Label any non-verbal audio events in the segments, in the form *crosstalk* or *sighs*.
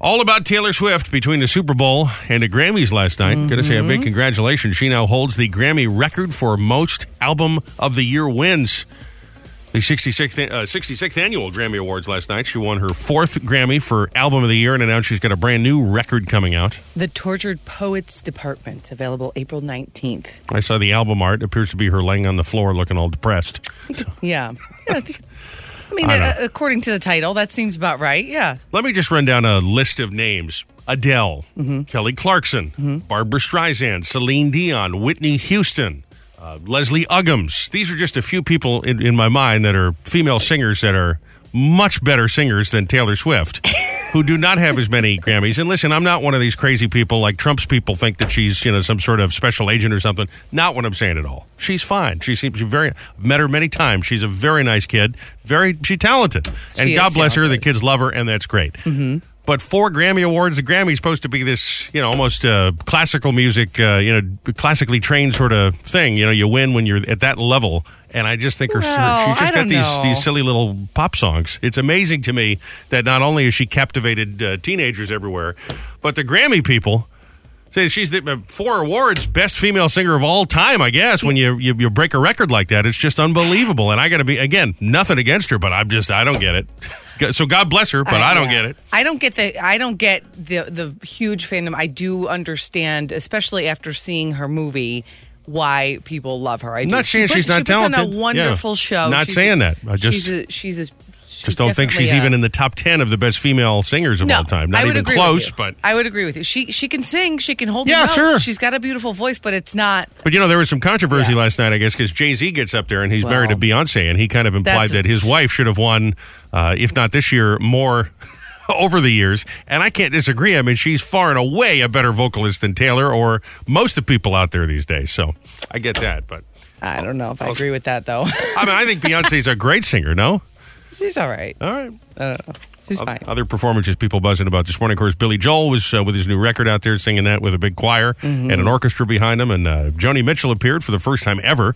All about Taylor Swift between the Super Bowl and the Grammys last night. Gotta say a big congratulations. She now holds the Grammy record for most album of the year wins. The 66th, uh, 66th annual Grammy Awards last night. She won her fourth Grammy for album of the year and announced she's got a brand new record coming out. The Tortured Poets Department, available April 19th. *laughs* I saw the album art. appears to be her laying on the floor looking all depressed. Yeah. Yes. I mean, I uh, know. according to the title, that seems about right. Yeah. Let me just run down a list of names. Adele, Mm-hmm. Kelly Clarkson, Barbara Streisand, Celine Dion, Whitney Houston, uh, Leslie Uggams. These are just a few people in, in my mind that are female singers that are much better singers than Taylor *laughs* Swift, who do not have as many Grammys. And listen, I'm not one of these crazy people like Trump's people think that she's, you know, some sort of special agent or something. Not what I'm saying at all. She's fine. She seems very, I've met her many times. She's a very nice kid, very, she's talented. And She God is bless her, the talented. kid kids love her, and that's great. Mm-hmm. But four Grammy awards. The Grammy's supposed to be this, you know, almost uh, classical music, uh, you know, classically trained sort of thing. You know, you win when you're at that level. And I just think her, Well, she's I just got don't these know. these silly little pop songs. It's amazing to me that not only has she captivated uh, teenagers everywhere, but the Grammy people. Say she's the uh, four awards, best female singer of all time. I guess when you, you you break a record like that, it's just unbelievable. And I got to be again, nothing against her, but I'm just I don't get it. *laughs* So God bless her, but I, don't yeah. get it. I don't get the I don't get the the huge fandom. I do understand, especially after seeing her movie, why people love her. I do. not She saying puts- she's not she puts on talented. a Yeah. wonderful show. Not She's saying a- that. I just- she's a, she's a she's Just don't think she's definitely a- even in the top ten of the best female singers of no, all time. Not I would even agree with close, you. but I would agree with you. She she can sing. She can hold. Yeah, her note. sure. She's got a beautiful voice, but it's not. But you know, there was some controversy Yeah. last night, I guess, because Jay Z gets up there and he's Well, married to Beyonce, and he kind of implied that's- that his wife should have won, uh, if not this year, more *laughs* over the years. And I can't disagree. I mean, she's far and away a better vocalist than Taylor or most of the people out there these days. So I get that. But I don't know if I agree with that though. I *laughs* mean, I think Beyonce's a great singer, no? she's all right. Uh, All right. She's fine. Other performances people buzzing about this morning. Of course, Billy Joel was uh, with his new record out there singing that with a big choir Mm-hmm. and an orchestra behind him. And uh, Joni Mitchell appeared for the first time ever.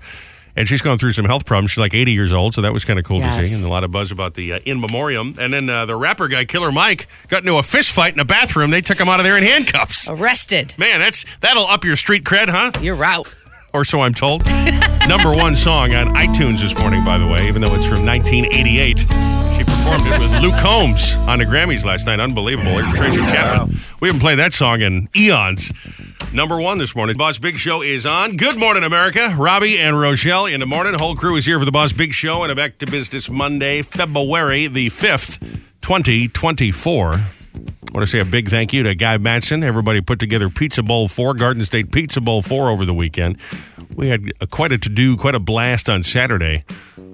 And she's gone through some health problems. She's like 80 years old, so that was kind of cool to Yes. see. And a lot of buzz about the uh, in memoriam. And then uh, the rapper guy, Killer Mike, got into a fist fight in a bathroom. They took him out of there in handcuffs. Arrested. Man, that's that'll up your street cred, huh? You're out. or so I'm told. *laughs* Number one song on iTunes this morning, by the way, even though it's from 1988. She performed it with Luke Combs on the Grammys last night. Unbelievable. Here's Tracy Chapman. We haven't played that song in eons. Number one this morning. Boss Big Show is on. Good morning, America. Robbie and Rochelle in the morning. Whole crew is here for the Boss Big Show and a back to business Monday, February the 5th, 2024. I want to say a big thank you to Guy Matson. Everybody put together Pizza Bowl 4, Garden State Pizza Bowl 4 over the weekend. We had a, quite a to do, quite a blast on Saturday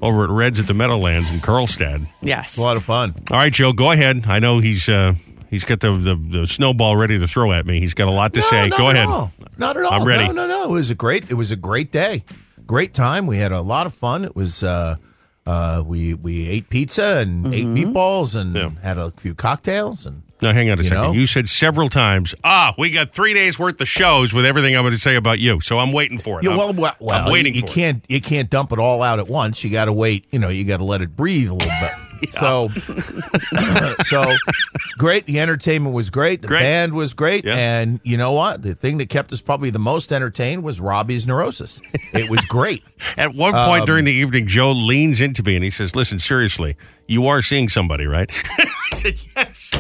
over at Reds at the Meadowlands in Carlstad. Yes. A lot of fun. All right, Joe, go ahead. I know he's uh, he's got the, the, the snowball ready to throw at me. He's got a lot to say. not Go at ahead. all. Not at all. I'm ready. No, no, no. It was a great. It was a great day. Great time. We had a lot of fun. It was. Uh, uh, we we ate pizza and ate meatballs and Mm-hmm. Yeah. had a few cocktails and Now, hang on a You second. know? You said several times, ah, we got three days worth of shows with everything I'm going to say about you. So I'm waiting for it. Yeah, I'm- well, well, well, I'm waiting You, you for it. can't you can't dump it all out at once. You got to wait. You know, you got to let it breathe a little *laughs* bit. *laughs* So, so great. The entertainment was great. The Great. band was great. Yeah. And you know what? The thing that kept us probably the most entertained was Robbie's neurosis. It was great. *laughs* At one um, point during the evening, Joe leans into me and he says, Listen, seriously, you are seeing somebody, right? *laughs* I said, Yes.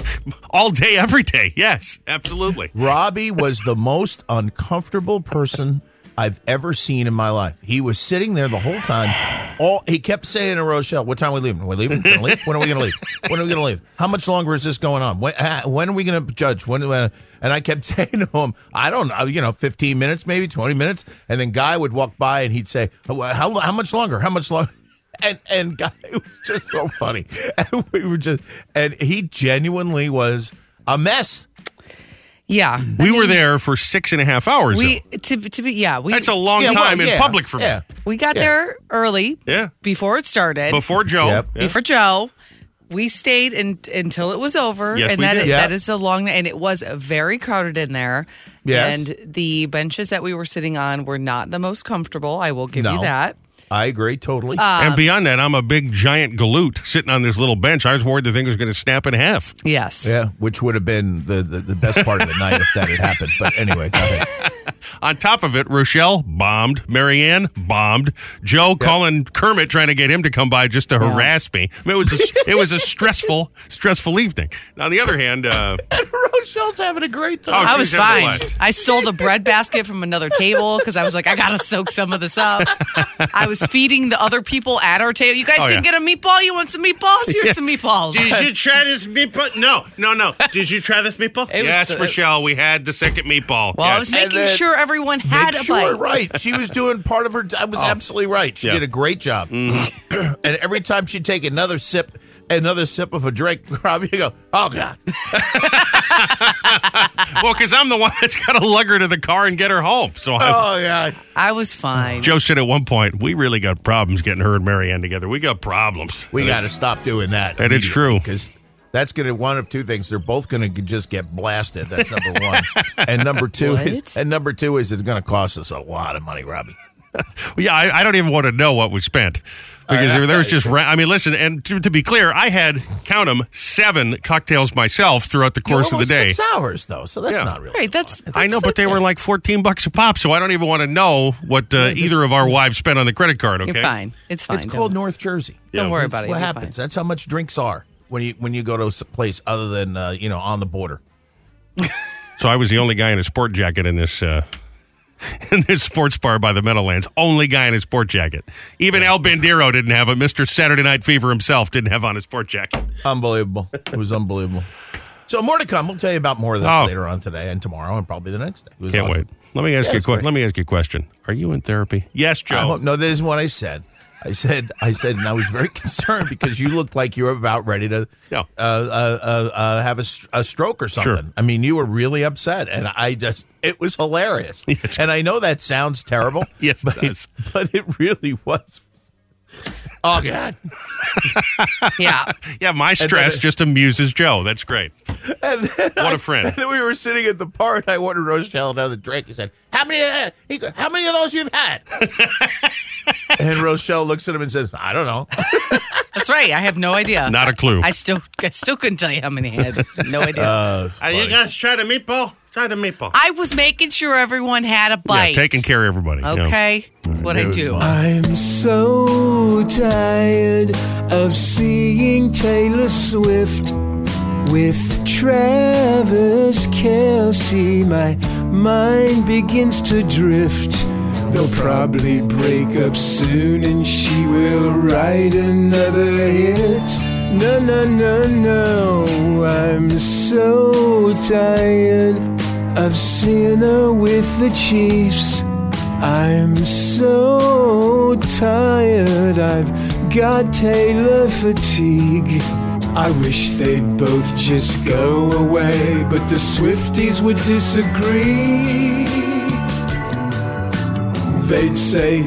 All day, every day. Yes, absolutely. Robbie was the most uncomfortable person I've ever seen in my life. He was sitting there the whole time. All he kept saying to Rochelle, "What time are we leaving? Are we leaving? Gonna leave? When are we going to leave? When are we going to leave? How much longer is this going on? When, ah, when are we going to judge? When?" when- and I kept *laughs* saying to him, "I don't know. You know, fifteen minutes, maybe twenty minutes." And then Guy would walk by and he'd say, "How how, how much longer? How much longer?" *laughs* and and God, it *laughs* was just so funny. *laughs* And we were just and he genuinely was a mess. Yeah. We were there for six and a half hours. We though. to to be yeah. We That's a long Yeah, well, time in yeah, public for yeah. me. We got Yeah. there early. Yeah. Before it started. Before Joe. Yep. Yeah. Before Joe. We stayed in, until it was over, Yes, and we that did. is- Yeah. that is a long and it was very crowded in there. Yes. And the benches that Um, we were sitting on were not the most comfortable. I will give you No. that. I agree totally. and beyond that, I'm a big giant galoot sitting on this little bench. I was worried the thing was going to snap in half. Yes. yeah, which would have been the, the, the best part of the night if that had happened. But anyway, go ahead. On top of it, Rochelle bombed, Marianne bombed, Joe calling Kermit trying to get him to come by just to harass me. I mean, it was a, *laughs* it was a stressful stressful evening. On the other hand, uh, Rochelle's having a great time. Oh, I she was was having fine. lunch. I stole the bread basket from another table because I was like, I gotta soak some of *laughs* this up. I was feeding the other people at our table. You guys Oh, didn't yeah. get a meatball? You want some meatballs? Here's some meatballs. Did you try this meatball? No, no, no. Did you try this meatball? It was yes, the- Rochelle, we had the second meatball. Well, I yes. was And *laughs* making then- sure everyone had Make a sure, bite. right. She was doing part of her. I was absolutely right. She Oh. Yeah. Mm-hmm. did a great job. *clears throat* and every time she'd take another sip, another sip of a drink, *laughs* Rob, you go, oh, God. well, *laughs* because I'm the one that's got to lug her to the car and get her home. So I, Oh, God. I was fine. Joe said at one point, we really got problems getting her and Marianne together. We got problems. We got to stop doing that. And it's true. Because that's going to one of two things. They're both going to just get blasted. That's *laughs* number one. and number two What? is, and number two is it's going to cost us a lot of money, Robbie. Well, *laughs* Yeah, I, I don't even want to know what we spent because there, there was just. Ra- I mean, listen, and to, to be clear, I had count 'em, seven cocktails myself throughout the course of the Almost day. Six hours though, so that's Yeah. not really. Right, that's, I know, that's but they okay. were like fourteen bucks a pop, so I don't even want to know what uh, either *laughs* of our wives spent on the credit card. Okay, You're fine. It's fine. It's Don't- called North Jersey. Don't worry That's about it. What You'll be happens? That's how much drinks are when you when you go to a place other than uh, you know on the border. So I was the only guy in a sport jacket in this uh, *laughs* in this sports bar by the Meadowlands. Only guy in a sport jacket. Even El Bandero didn't have it. Mister Saturday Night Fever himself didn't have on a sport jacket. Unbelievable. It was unbelievable. So more to come. We'll tell you about more of this Oh. later on today and tomorrow and probably the next day. It was Can't awesome. wait. Let me ask Yeah, you. A it's que- great. let me ask you a question. Are you in therapy? Yes, Joe. I hope, no, this is what I said. I said, I said, and I was very *laughs* concerned because you looked like you were about ready to Yeah. uh, uh, uh, uh, have a, s- a stroke or something. I mean, you were really upset, and I just, it was hilarious. *laughs* Yes. And I know that sounds terrible. *laughs* Yes, it but does. *laughs* but it really was. *laughs* Oh, God. Yeah. yeah, my stress it- just amuses Joe. That's great. *laughs* And then What a a friend. then we were sitting at the bar, and I ordered Rochelle another drink. He said, "How many? Uh, he go, how many of those you've had?" and Rochelle looks at him and says, "I don't know." *laughs* That's right. I have no idea. Not a clue. I still I still couldn't tell you how many *laughs* I had. *laughs* No idea. Uh, Are you guys trying to meatball? Try the meatball. I was making sure everyone had a Yeah, *laughs* bite. taking care of everybody. Yeah. Okay. That's what I do. I'm so tired of seeing Taylor Swift with Travis Kelsey. My mind begins to drift. They'll probably break up soon and she will write another hit. No, no, no, no. I'm so tired of seeing her with the Chiefs. I'm so tired, I've got Taylor fatigue. I wish they'd both just go away, but the Swifties would disagree. They'd say,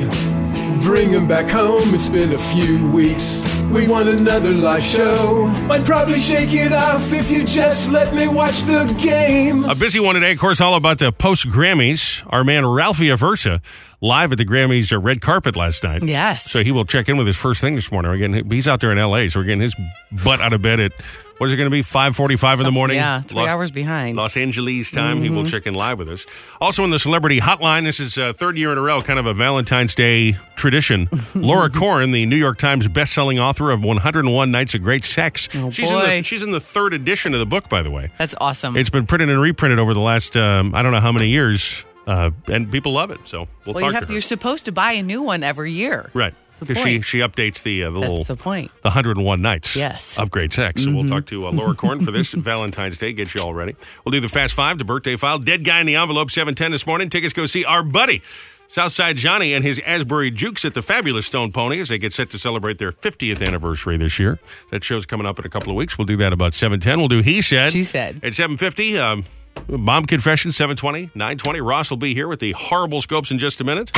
Bring him back home, it's been a few weeks. We want another live show. I'd probably shake it off if you just let me watch the game. A busy one today, of course, all about the post Grammys. Our man Ralphie Aversa live at the Grammys uh, red carpet last night. Yes. So he will check in with his first thing this morning. We're getting he's out there in L.A., so we're getting his butt out of bed at what is it going to be five forty-five in the morning? Yeah, three Lo- hours behind. Mm-hmm. Los Angeles time. He will check in live with us. Also in the celebrity hotline, this is uh, third year in a row, kind of a Valentine's Day *laughs* tradition. Laura Corn, the New York Times best-selling author of 101 Nights of Great Sex, Oh, she's in the boy. she's in the third edition of the book, by the way. That's awesome. It's been printed and reprinted over the last um, I don't know how many years, uh, and people love it. So we'll, talk well, you have to to, her. you're supposed to buy a new one every year. right, the because she point. she updates the uh, the little That's the point. the 101 nights Yes. Mm-hmm. of great sex. So we'll talk to uh, Laura *laughs* Korn for *laughs* this Valentine's Day. Get you all ready. We'll do the Fast Five, the birthday file, Dead Guy in the Envelope, 710 this morning. Tickets go see our buddy. Southside Johnny and his Asbury Jukes at the Fabulous Stone Pony as they get set to celebrate their 50th anniversary this year. That show's coming up in a couple of weeks. We'll do that about 710. We'll do He Said. She Said. At 750, um, Bomb Confession, 720, 920. Ross will be here with the horrible scopes in just a minute.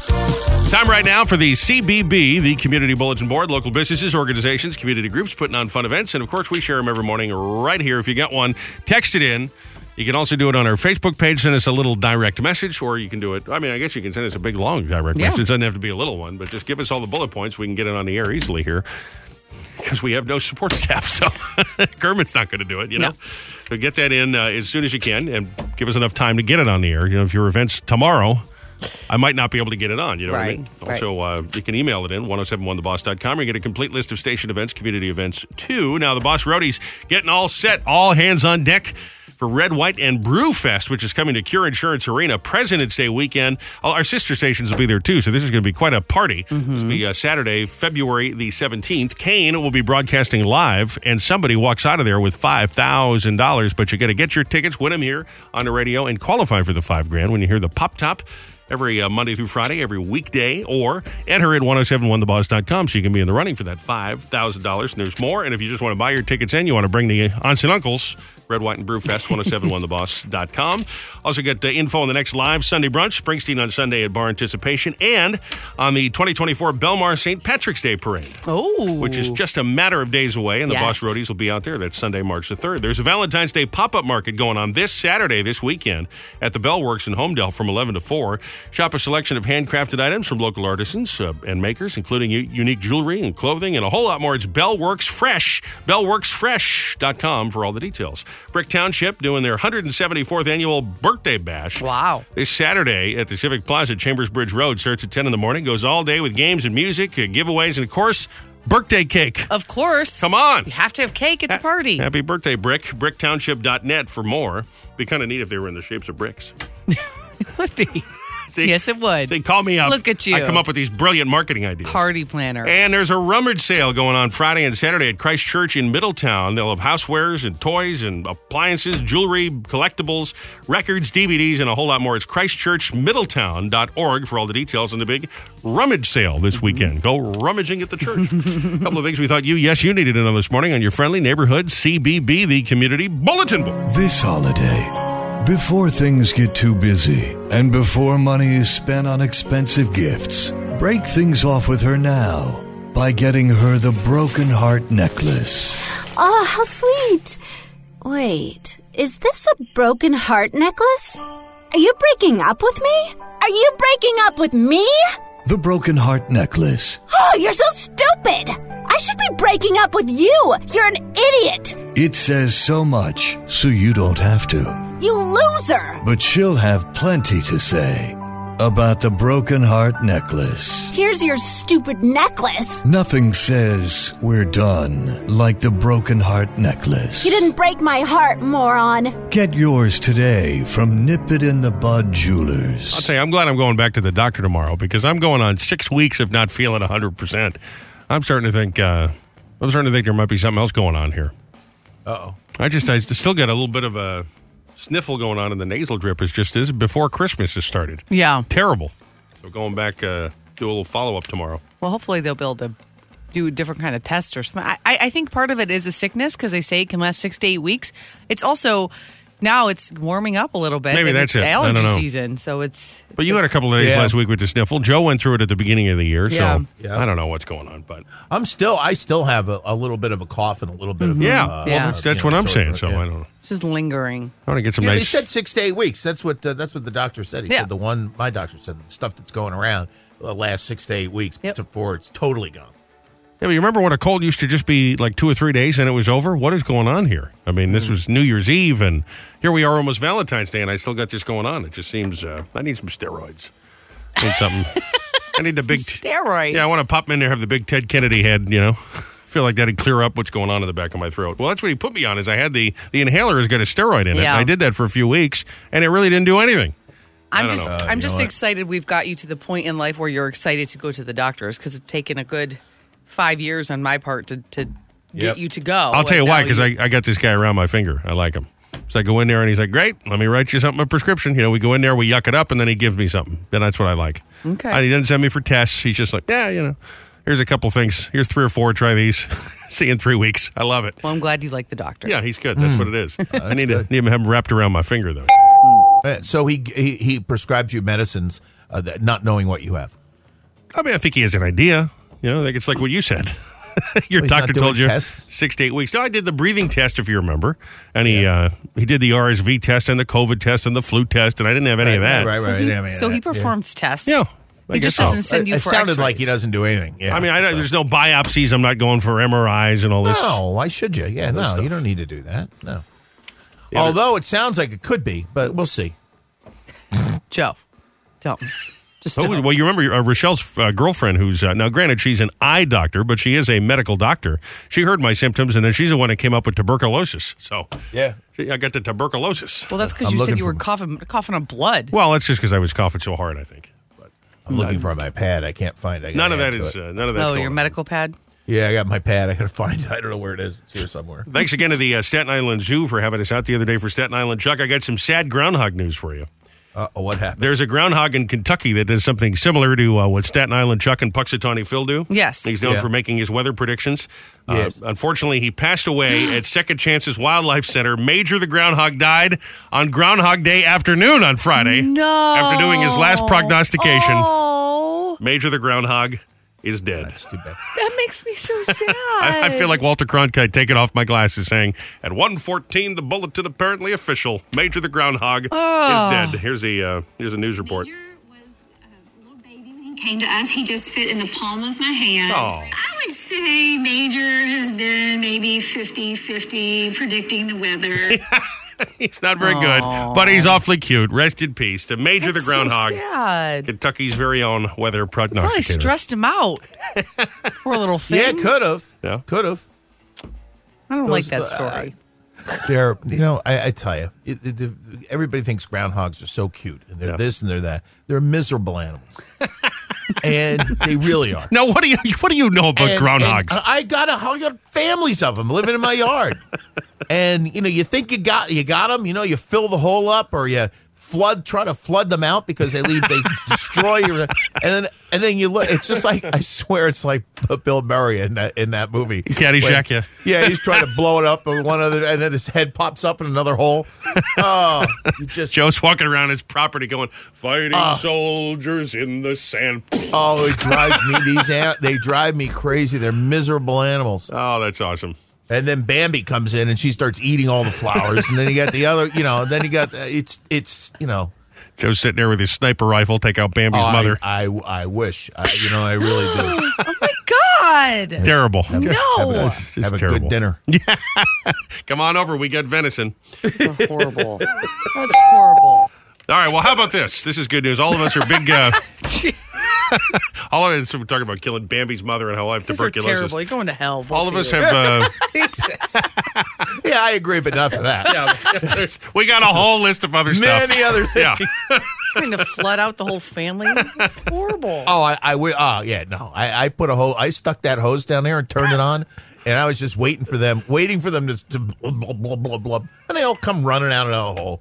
Time right now for the CBB, the Community Bulletin Board. Local businesses, organizations, community groups putting on fun events. And of course, we share them every morning right here. If you got one, text it in. You can also do it on our Facebook page. Send us a little direct message, or you can do it. I mean, I guess you can send us a big, long direct Yeah. message. It doesn't have to be a little one, but just give us all the bullet points. We can get it on the air easily here because we have no support *laughs* staff. So Kermit's not going to do it, you know? No. So get that in uh, as soon as you can and give us enough time to get it on the air. You know, if your event's tomorrow, I might not be able to get it on, you know what I mean? Right, right. Also, uh, you can email it in 1071theboss.com or get a complete list of station events, community events too. Now, the Boss Roadies getting all set, all hands on deck for Red, White, and Brew Fest, which is coming to Cure Insurance Arena President's Day weekend. All our sister stations will be there too, so this is going to be quite a party. Mm-hmm. This will be uh, Saturday, February the 17th. Kane will be broadcasting live, and somebody walks out of there with $5,000, but you got to get your tickets, win them here on the radio, and qualify for the five grand when you hear the pop top every uh, Monday through Friday, every weekday, or enter oh at 1071theboss.com so you can be in the running for that $5,000. And there's more. And if you just want to buy your tickets in, you want to bring the aunts and uncles, Red, White, and Brew Fest, 1071theboss.com. Also get uh, info on the next live Sunday brunch, Springsteen on Sunday at Bar Anticipation, and on the 2024 Belmar St. Patrick's Day Parade Oh, which is just a matter of days away, and the Boss Yes. Roadies will be out there. That's Sunday, March the 3rd. There's a Valentine's Day pop up market going on this Saturday, this weekend, at the Bellworks in Homedale from 11 to 4. Shop a selection of handcrafted items from local artisans uh, and makers, including u- unique jewelry and clothing and a whole lot more. It's Bellworks Fresh, bellworksfresh.com for all the details. Brick Township doing their 174th annual birthday bash. Wow. This Saturday at the Civic Plaza, Chambers Bridge Road, starts at 10 in the morning, goes all day with games and music, uh, giveaways, and of course, birthday cake. of course. Come on. You have to have cake. It's a party. Happy birthday, Brick. Bricktownship.net for more. Be kind of neat if they were in the shapes of bricks. Would be. See? Yes, it would. See, call me up. Look at you. I come up with these brilliant marketing ideas. Party planner. And there's a rummage sale going on Friday and Saturday at Christ Church in Middletown. They'll have housewares and toys and appliances, jewelry, collectibles, records, DVDs, and a whole lot more. It's christchurchmiddletown.org for all the details on the big rummage sale this weekend. Go rummaging at the church. a couple of things we thought you, yes, you needed to know this morning on your friendly neighborhood CBB, the community bulletin board. This holiday, before things get too busy and before money is spent on expensive gifts, break things off with her now by getting her the Broken Heart Necklace. Oh, how sweet! Wait, is this a broken heart necklace? Are you breaking up with me? Are you breaking up with me? The Broken Heart Necklace. Oh, you're so stupid! I should be breaking up with you! You're an idiot! It says so much, so you don't have to. You loser! But she'll have plenty to say about the Broken Heart Necklace. Here's your stupid necklace! Nothing says we're done like the Broken Heart Necklace. You didn't break my heart, moron! Get yours today from Nip It in the Bud Jewelers. I'll tell you, I'm glad I'm going back to the doctor tomorrow because I'm going on six weeks of not feeling 100%. I'm starting to think, uh, I'm starting to think there might be something else going on here. Uh-oh. I just, I still got a little bit of a sniffle going on in the nasal drip. It's just this is before Christmas has started. yeah. Terrible. So going back, uh, do a little follow up tomorrow. Well, hopefully they'll be able to do a different kind of test or something. I, I I think part of it is a sickness because they say it can last six to eight weeks. It's also now it's warming up a little bit. Maybe and that's it's it. I Allergy don't know. season, so it's But you had a couple of days Yeah. last week with the sniffle. Joe went through it at the beginning of the year, Yeah. so I don't know what's going on, but I'm still, I still have a, a little bit of a cough and a little bit of Mm-hmm. yeah, uh, well, Yeah. that's, that's you what know, I'm sort saying. of, So yeah. I don't know. it's just lingering. I want to get some Yeah, they nice. said six to eight weeks. That's what uh, that's what the doctor said. He Yeah. said the one my doctor said the stuff that's going around the last six to eight weeks Yep. before it's totally gone. Yeah, but you remember when a cold used to just be like two or three days and it was over? What is going on here? I mean, Hmm. this was New Year's Eve, and here we are almost Valentine's Day, and I still got this going on. It just seems uh, I need some steroids. I need *laughs* something. I need the big. T- Steroids. yeah, I want to pop in there, have the big Ted Kennedy head, you know? *laughs* feel like that'd clear up what's going on in the back of my throat. Well, that's what he put me on, is I had the, the inhaler has got a steroid in it. Yeah. I did that for a few weeks, and it really didn't do anything. I'm don't just know. Uh, I'm you know just what? excited we've got you to the point in life where you're excited to go to the doctors because it's taken a good five years on my part to to Yep. get you to go. I'll tell you And why, now because I, I got this guy around my finger. I like him. So I go in there and he's like, great, let me write you something, a prescription. You know, we go in there, we yuck it up, and then he gives me something. And that's what I like. Okay. And he doesn't send me for tests. He's just like, yeah, you know, here's a couple things. Here's three or four. Try these. *laughs* See you in three weeks. I love it. Well, I'm glad you like the doctor. Yeah, he's good. That's what it is. I need to need to have him wrapped around my finger, though. Uh, So he he, he prescribes you medicines uh, that not knowing what you have. I mean, I think he has an idea. You know, like it's like what you said. *laughs* Your He's not doctor doing told you tests? six to eight weeks. No, I did the breathing test, if you remember, and he uh, he did the RSV test and the COVID test and the flu test, and I didn't have any of that. Right, right, right. He- I mean, so he that- yeah. performs tests. Yeah, I He just guess so. doesn't send you It for sounded like he x-rays. doesn't do anything. Yeah. I mean, I don't, there's no biopsies. I'm not going for MRIs and all this. No, why should you? Yeah, no, stuff. you don't need to do that. No. Although it sounds like it could be, but we'll see. *laughs* Joe, don't. Just Oh, don't. well, you remember uh, Rochelle's uh, girlfriend, who's uh, now granted she's an eye doctor, but she is a medical doctor. She heard my symptoms, and then she's the one that came up with tuberculosis. So Yeah. she, I got the tuberculosis. Well, that's because I'm you said looking you were for- coughing, coughing up blood. Well, that's just because I was coughing so hard. I think I'm looking for my pad. I can't find it. I none gotta of that add to is it. uh, none of that's Oh, going your on. medical pad. Yeah, I got my pad. I gotta *laughs* find it. I don't know where it is. It's here somewhere. Thanks again to the uh, Staten Island Zoo for having us out the other day for Staten Island Chuck. I got some sad groundhog news for you. Uh oh, what happened? There's a groundhog in Kentucky that does something similar to uh, what Staten Island Chuck and Puxatawny Phil do. Yes. He's known Yeah. for making his weather predictions. Uh, Yes. unfortunately, he passed *gasps* away at Second Chances Wildlife Center. Major the groundhog died on Groundhog Day afternoon on Friday. No. After doing his last prognostication, Oh, Major the groundhog is dead. That's too bad. that makes me so sad. *laughs* I, I feel like Walter Cronkite taking off my glasses, saying, "At 1:14, the bulletin apparently official. Major the groundhog Oh. is dead." Here's a uh, here's a news report. Major was a little baby when he came to us. He just fit in the palm of my hand. Aw. I would say Major has been maybe 50 50 predicting the weather. *laughs* He's not very good, but he's awfully cute. Rest in peace to Major the That's so groundhog, sad. Kentucky's very own weather Probably prognosticator. stressed *laughs* him out. Poor little Yeah, thing. could have. Yeah. Could have. I don't like that those- uh, *laughs* story. They're, you know, I, I tell you, it, it, the- everybody thinks groundhogs are so cute and they're Yeah. this and they're that. They're *laughs* miserable animals, and they really are. now, what do you what do you know about and- groundhogs? and I got a whole got families of them living in *laughs* my yard, and you know, you think you got you got them. You know, you fill the hole up or you flood try to flood them out because they leave *laughs* they destroy your and then and then you look. It's just like I swear it's like Bill Murray in that in that movie Caddyshack, When- yeah. yeah, he's trying to blow it up with one other, and then his head pops up in another hole. Oh, *laughs* you just Ah. Joe's walking around his property, going, "Fighting soldiers in the sand." oh, it drives me these an- they drive me crazy. They're miserable animals. Oh, that's awesome. And then Bambi comes in and she starts eating all the flowers, and then you got the other, you know, then you got uh, it's it's you know. Joe's sitting there with his sniper rifle, take out Bambi's oh, I- mother. I, I wish I, you know I really do. God. Terrible. Have a, No. It's just have a terrible. good dinner. Come on over. We got venison. horrible. That's horrible. *laughs* All right. Well, how about this? This is good news. All of us are big. Uh, *laughs* *laughs* all of us are talking about killing Bambi's mother and how I have These are tuberculosis. terrible. You're going to hell. both All of us you. have. *laughs* Uh, Yeah, I *laughs* agree, but not for that. there's- we got a whole list of other stuff. Many other things. *laughs* Yeah. *laughs* trying to flood out the whole family. It's horrible. Oh, I, I wi- Oh, yeah. No, I, I put a hose. I stuck that hose down there and turned it on, and I was just waiting for them, waiting for them to, to blub, blub, blub, blub, blub, and they all come running out of the hole.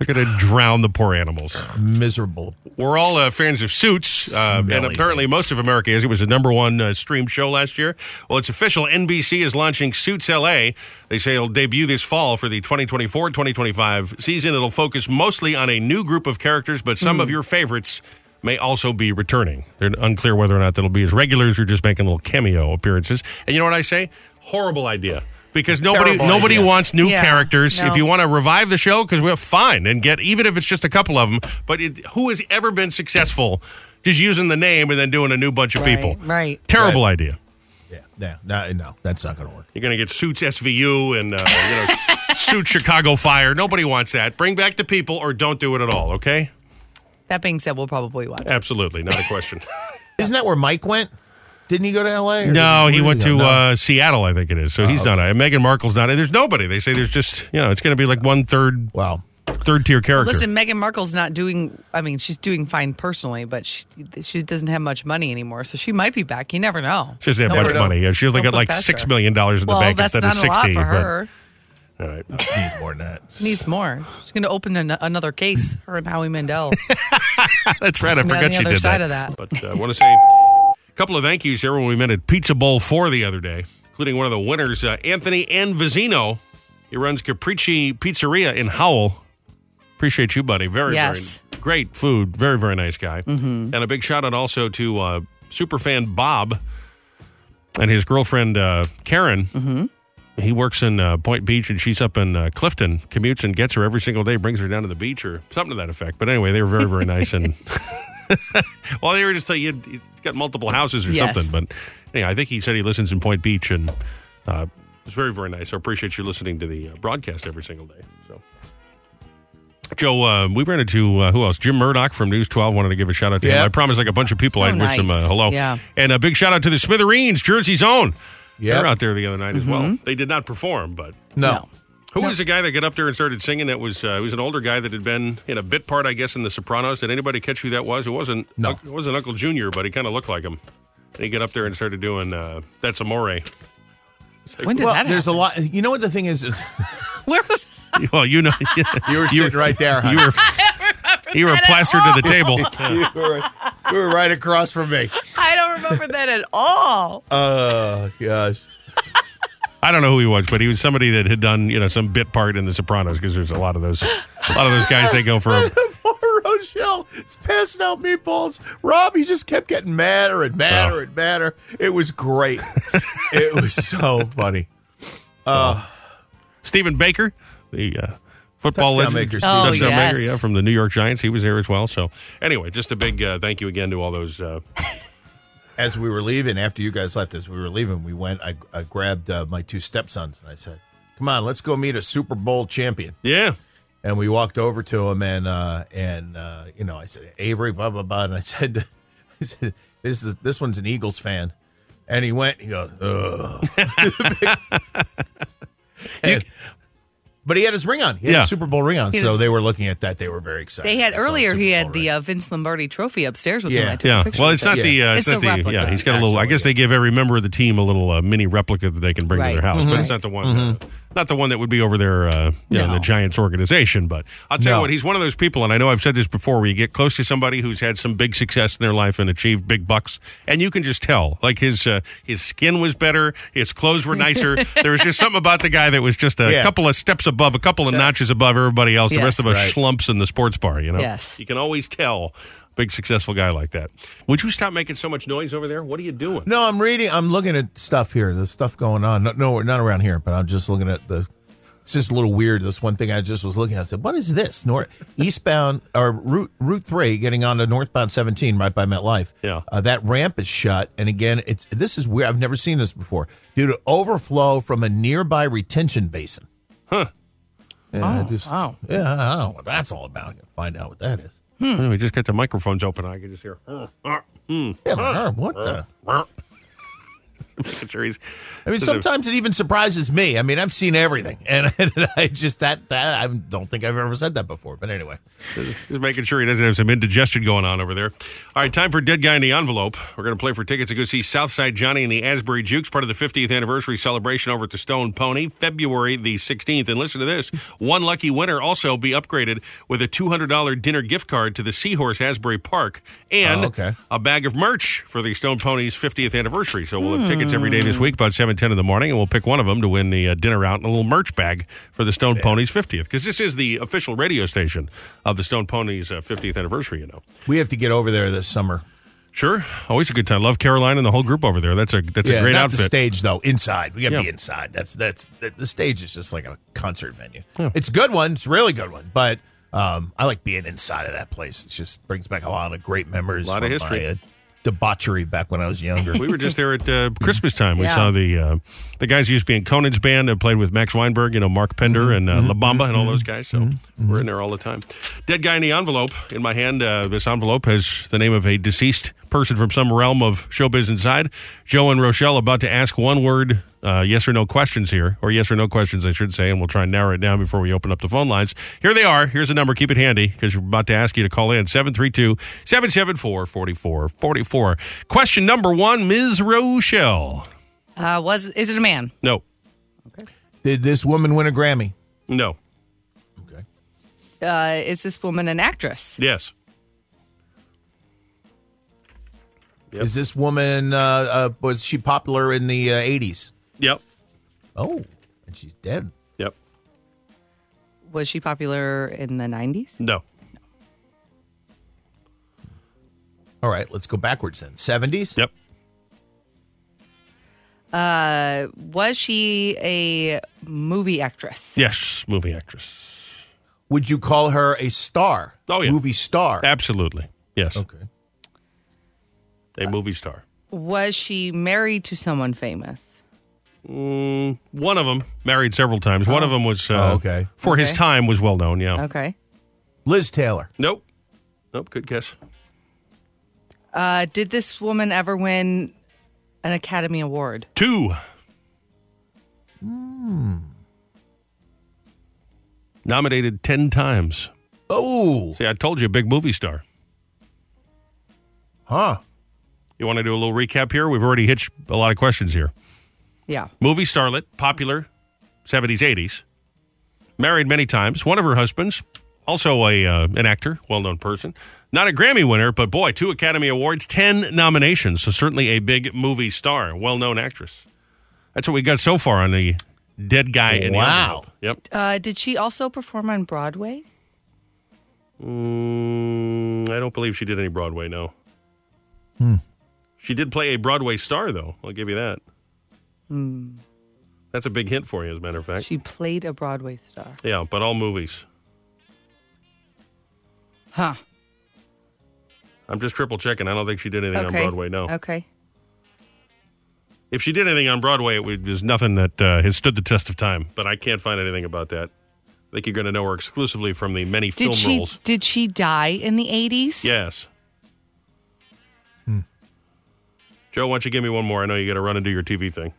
We're gonna drown the poor animals. Miserable. We're all uh, fans of Suits, uh, and Smelly. apparently most of America is. It was the number one uh, streamed show last year. Well, it's official. NBC is launching Suits LA. They say it'll debut this fall for the 2024-2025 season. It'll focus mostly on a new group of characters, but some Hmm. of your favorites may also be returning. They're unclear whether or not that'll be as regulars or just making little cameo appearances. And you know what I say? Horrible idea. Because nobody Terrible nobody idea. wants new Yeah, characters. If no. you want to revive the show, because we're fine and get even if it's just a couple of them. But it, who has ever been successful just using the name and then doing a new bunch of Right, people? right. Terrible idea. Yeah. Yeah. No, no, that's not going to work. You're going to get Suits SVU and uh, *laughs* you know, Suits Chicago Fire. Nobody wants that. Bring back the people or don't do it at all. Okay? That being said, we'll probably watch. Absolutely, not a question. Isn't that where Mike went? Didn't he go to L.A.? *laughs* or no, where he did went go? to No. uh, Seattle, I think it is. So he's not. A, Meghan Markle's not. There's nobody. They say there's just you know it's going to be like one third wow. third tier character. Listen, Meghan Markle's not doing. I mean, she's doing fine personally, but she she doesn't have much money anymore, so she might be back. You never know. She doesn't have Don't much put- money. Yeah, she only don't got put like past six her. million dollars in the well, bank that's instead not of sixty. a lot but- for her. all right. He needs more than that. Needs more. She's going to open an- another case. Her and *laughs* Howie Mandel. That's right. I on the forgot she other did that. side of that. But uh, I want to say a couple of thank yous here when we met at Pizza Bowl 4 the other day, including one of the winners, uh, Anthony Anvizino. He runs Capricci Pizzeria in Howell. Appreciate you, buddy. Very, Yes. Mm-hmm. very great food. Very, very nice guy. And a big shout out also to uh, superfan Bob. and his girlfriend uh, Karen. Mm-hmm. He works in uh, Point Beach, and she's up in uh, Clifton. Commutes and gets her every single day, brings her down to the beach, or something to that effect. But anyway, they were very, very nice, *laughs* and *laughs* well, they were just saying he'd, he's got multiple houses or Yes. something. But anyway, I think he said he listens in Point Beach, and uh, it's very, very nice. I appreciate you listening to the uh, broadcast every single day. So. Oh, Joe, uh, we ran into uh, who else? Jim Murdoch from News 12 wanted to give a shout out to him. Yeah. I promised like a bunch of people So I'd wish them nice. a uh, hello. Yeah. And a big shout out to the Smithereens, Jersey Zone. Yep. They're out there the other night as well. Mm-hmm. They did not perform, but No. who was the guy that got up there and started singing? That was uh, he was an older guy that had been in a bit part, I guess, in The Sopranos. Did anybody catch who that was? It wasn't. No. It wasn't Uncle Junior, but he kind of looked like him. And he got up there and started doing uh, "That's Amore." When did Well, that there's happen? a lot. You know what the thing is? is *laughs* Where was Well, you know, you were sitting right there. *laughs* you huh? were *laughs* you were plastered to the table. *laughs* *laughs* You were, you were right across from me. *laughs* I don't remember that at all. Uh, Oh gosh. I don't know who he was, but he was somebody that had done you know some bit part in The Sopranos because there's a lot of those, a lot of those guys they go for. *laughs* *laughs* A, Poor Rochelle is passing out meatballs. Rob, he just kept getting madder and madder Oh. and madder. It *laughs* was great. it uh, was so funny. Stephen Baker, the uh, football Touchdown legend, maker, Stephen. Oh, touchdown yes. maker, yeah, from the New York Giants. He was there as well. So anyway, just a big uh, thank you again to all those. Uh, As we were leaving, after you guys left, as we were leaving, we went. I, I grabbed uh, my two stepsons and I said, "Come on, let's go meet a Super Bowl champion." yeah, and we walked over to him and uh and uh you know i said avery blah blah blah and i *laughs* said i said this is this one's an eagles fan and he went he goes Ugh. *laughs* And- but he had his ring on he had Yeah. his super bowl ring on He so was- they were looking at that they were very excited They had They saw the earlier. He Super had Bowl the ring. uh, Vince Lombardi Trophy upstairs with him. Yeah. I took yeah. a picture Well, with it's him. not the. Uh, It's it's not a the. replica. Yeah, he's got a little. I guess they give every member of the team a little uh, mini replica that they can bring to Right. Mm-hmm. their house, but it's not the one. Uh, not the one that would be over there, uh, you know, in No. the Giants organization. But I'll tell you No. what, he's one of those people, and I know I've said this before, where you get close to somebody who's had some big success in their life and achieved big bucks, and you can just tell. Like his uh, his skin was better, his clothes were *laughs* nicer. there was just something about the guy that was just a Yeah. couple of steps above, a couple of notches above everybody else. The Yes. rest of us Right. schlumps in the sports bar, you know. Yes. You can always tell a big successful guy like that. Would you stop making so much noise over there? What are you doing? no i'm reading i'm looking at stuff here there's stuff going on no, no we're not around here but i'm just looking at the it's just a little weird. This one thing I just was looking at, I said, "What is this?" North eastbound or route Route Three, getting onto northbound 17, right by MetLife. Yeah. uh, that ramp is shut, and again, it's this is weird. I've never seen this before due to overflow from a nearby retention basin. Huh. Yeah, I just, wow. Yeah, I don't know what that's all about. I can Oh, find out what that is. Oh, we just got the microphones open. I can just hear. "Uh, uh, mm, Yeah, like, oh, what *laughs* the? uh." Making sure he's- I mean, sometimes it even surprises me. I mean, I've seen everything, and *laughs* I just that that I don't think I've ever said that before. But anyway, *laughs* Just making sure he doesn't have some indigestion going on over there. All right, time for Dead Guy in the Envelope. We're going to play for tickets to go see Southside Johnny and the Asbury Jukes, part of the 50th anniversary celebration over at the Stone Pony, February the 16th. And listen to this one lucky winner also be upgraded with a $200 dinner gift card to the Seahorse Asbury Park and Oh, okay. a bag of merch for the Stone Ponies 50th anniversary. So we'll have tickets every day this week about 7:10 in the morning, and we'll pick one of them to win the uh, dinner out and a little merch bag for the Stone Ponies 50th because this is the official radio station of the Stone Ponies uh, 50th anniversary. You know, we have to get over there this summer. sure, always a good time. Love Caroline and the whole group over there. That's a that's a Yeah, great not The outfit. stage though, inside. We gotta Yeah. be inside. That's that's the, the stage is just like a concert venue. It's a good one. It's a really good one. But um, I like being inside of that place. It just brings back a lot of great memories. A lot of from history. my, uh, debauchery back when I was younger. we were *laughs* just there at uh, Christmas time. We Yeah. saw the uh, the guys who used to be in Conan's band that played with Max Weinberg, you know, Mark Pender Mm-hmm. and uh, La Bamba and all Mm-hmm. those guys. So we're in there all the time. Dead guy in the envelope in my hand. Uh, this envelope has the name of a deceased person from some realm of showbiz inside. Joe and Rochelle about to ask one word. Uh, yes or no questions here, or yes or no questions, I should say, and we'll try and narrow it down before we open up the phone lines. Here they are. Here's the number. Keep it handy because we're about to ask you to call in 732 774 4444. Question number one Ms. Rochelle. Uh, was is it a man? No, Did this woman win a Grammy? no, Okay. Uh, is this woman an actress? yes, Is this woman uh, uh, was she popular in the uh, '80s? yep, Oh, and she's dead. yep, Was she popular in the nineties? no, All right, let's go backwards then. '70s. yep, Uh, was she a movie actress? Yes, movie actress. Would you call her a star? Oh, yeah. Movie star. Absolutely. Yes. Okay. A movie star. Was she married to someone famous? Mm, one of them married several times. One of them was uh, Oh, okay. for his Okay. time was well known. Yeah. Okay. Liz Taylor. Nope. Nope. Good guess. Uh, did this woman ever win an Academy Award? Two. Mm. Hmm. Nominated ten times. Oh, See, I told you, a big movie star. huh. You want to do a little recap here? We've already hitched a lot of questions here. Yeah. Movie starlet, popular, 70s, 80s. Married many times. One of her husbands, also a uh, an actor, well known person. Not a Grammy winner, but boy, two Academy Awards, 10 nominations. So certainly a big movie star, well known actress. That's what we got so far on the dead guy in the Wow. envelope. Yep. Uh, did she also perform on Broadway? Mm, I don't believe she did any Broadway, no. She did play a Broadway star, though. I'll give you that. That's a big hint for you, as a matter of fact. Hmm. She played a Broadway star. yeah, but all movies. Huh. I'm just triple checking. I don't think she did anything Okay. on Broadway, no. Okay. If she did anything on Broadway, it would, there's nothing that uh, has stood the test of time, but I can't find anything about that. I think you're going to know her exclusively from the many film Did she roles. did she die in the eighties? Yes. Joe, why don't you give me one more? I know you got to run and do your TV thing.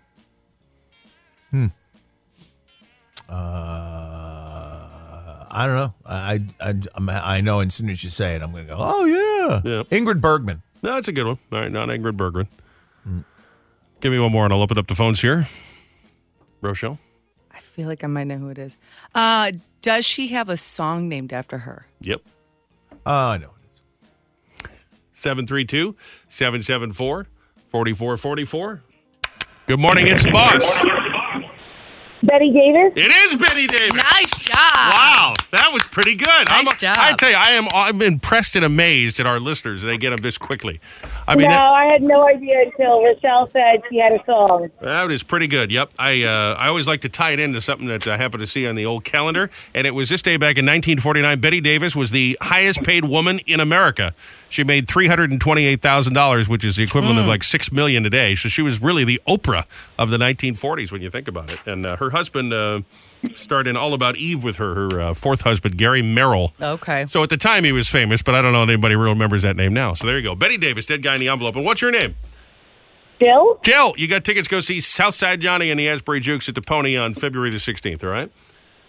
Uh, I don't know. I I I'm, I know. And as soon as you say it, I'm going to go. Oh yeah. Yeah. Ingrid Bergman. No, that's a good one. All right, not Ingrid Bergman. Give me one more, and I'll open up the phones here. Rochelle? I feel like I might know who it is. Uh, does she have a song named after her? Yep. Oh, I know. 732 774 4444. Good morning, it's the boss. Betty Davis. It is Benny Davis. Nice job. Wow, that was pretty good. I'm, job. I tell you, I am I'm impressed and amazed at our listeners. They get them this quickly. I mean, no, that- I had no idea until Rochelle said she had a song. That is pretty good. Yep. I uh, I always like to tie it into something that I happen to see on the old calendar, and it was this day back in 1949. Betty Davis was the highest paid woman in America. She made three hundred and twenty eight thousand dollars, which is the equivalent of like six million today. So she was really the Oprah of the 1940s when you think about it. And uh, her husband uh, starred in All About Eve with her. Her uh, fourth husband, Gary Merrill. Okay. So at the time he was famous, but I don't know if anybody really remembers that name now. So there you go. Betty Davis, dead guy in the envelope. And what's your name? Bill? Jill, you got tickets. Go see Southside Johnny and the Asbury Jukes at the Pony on February the 16th, all right?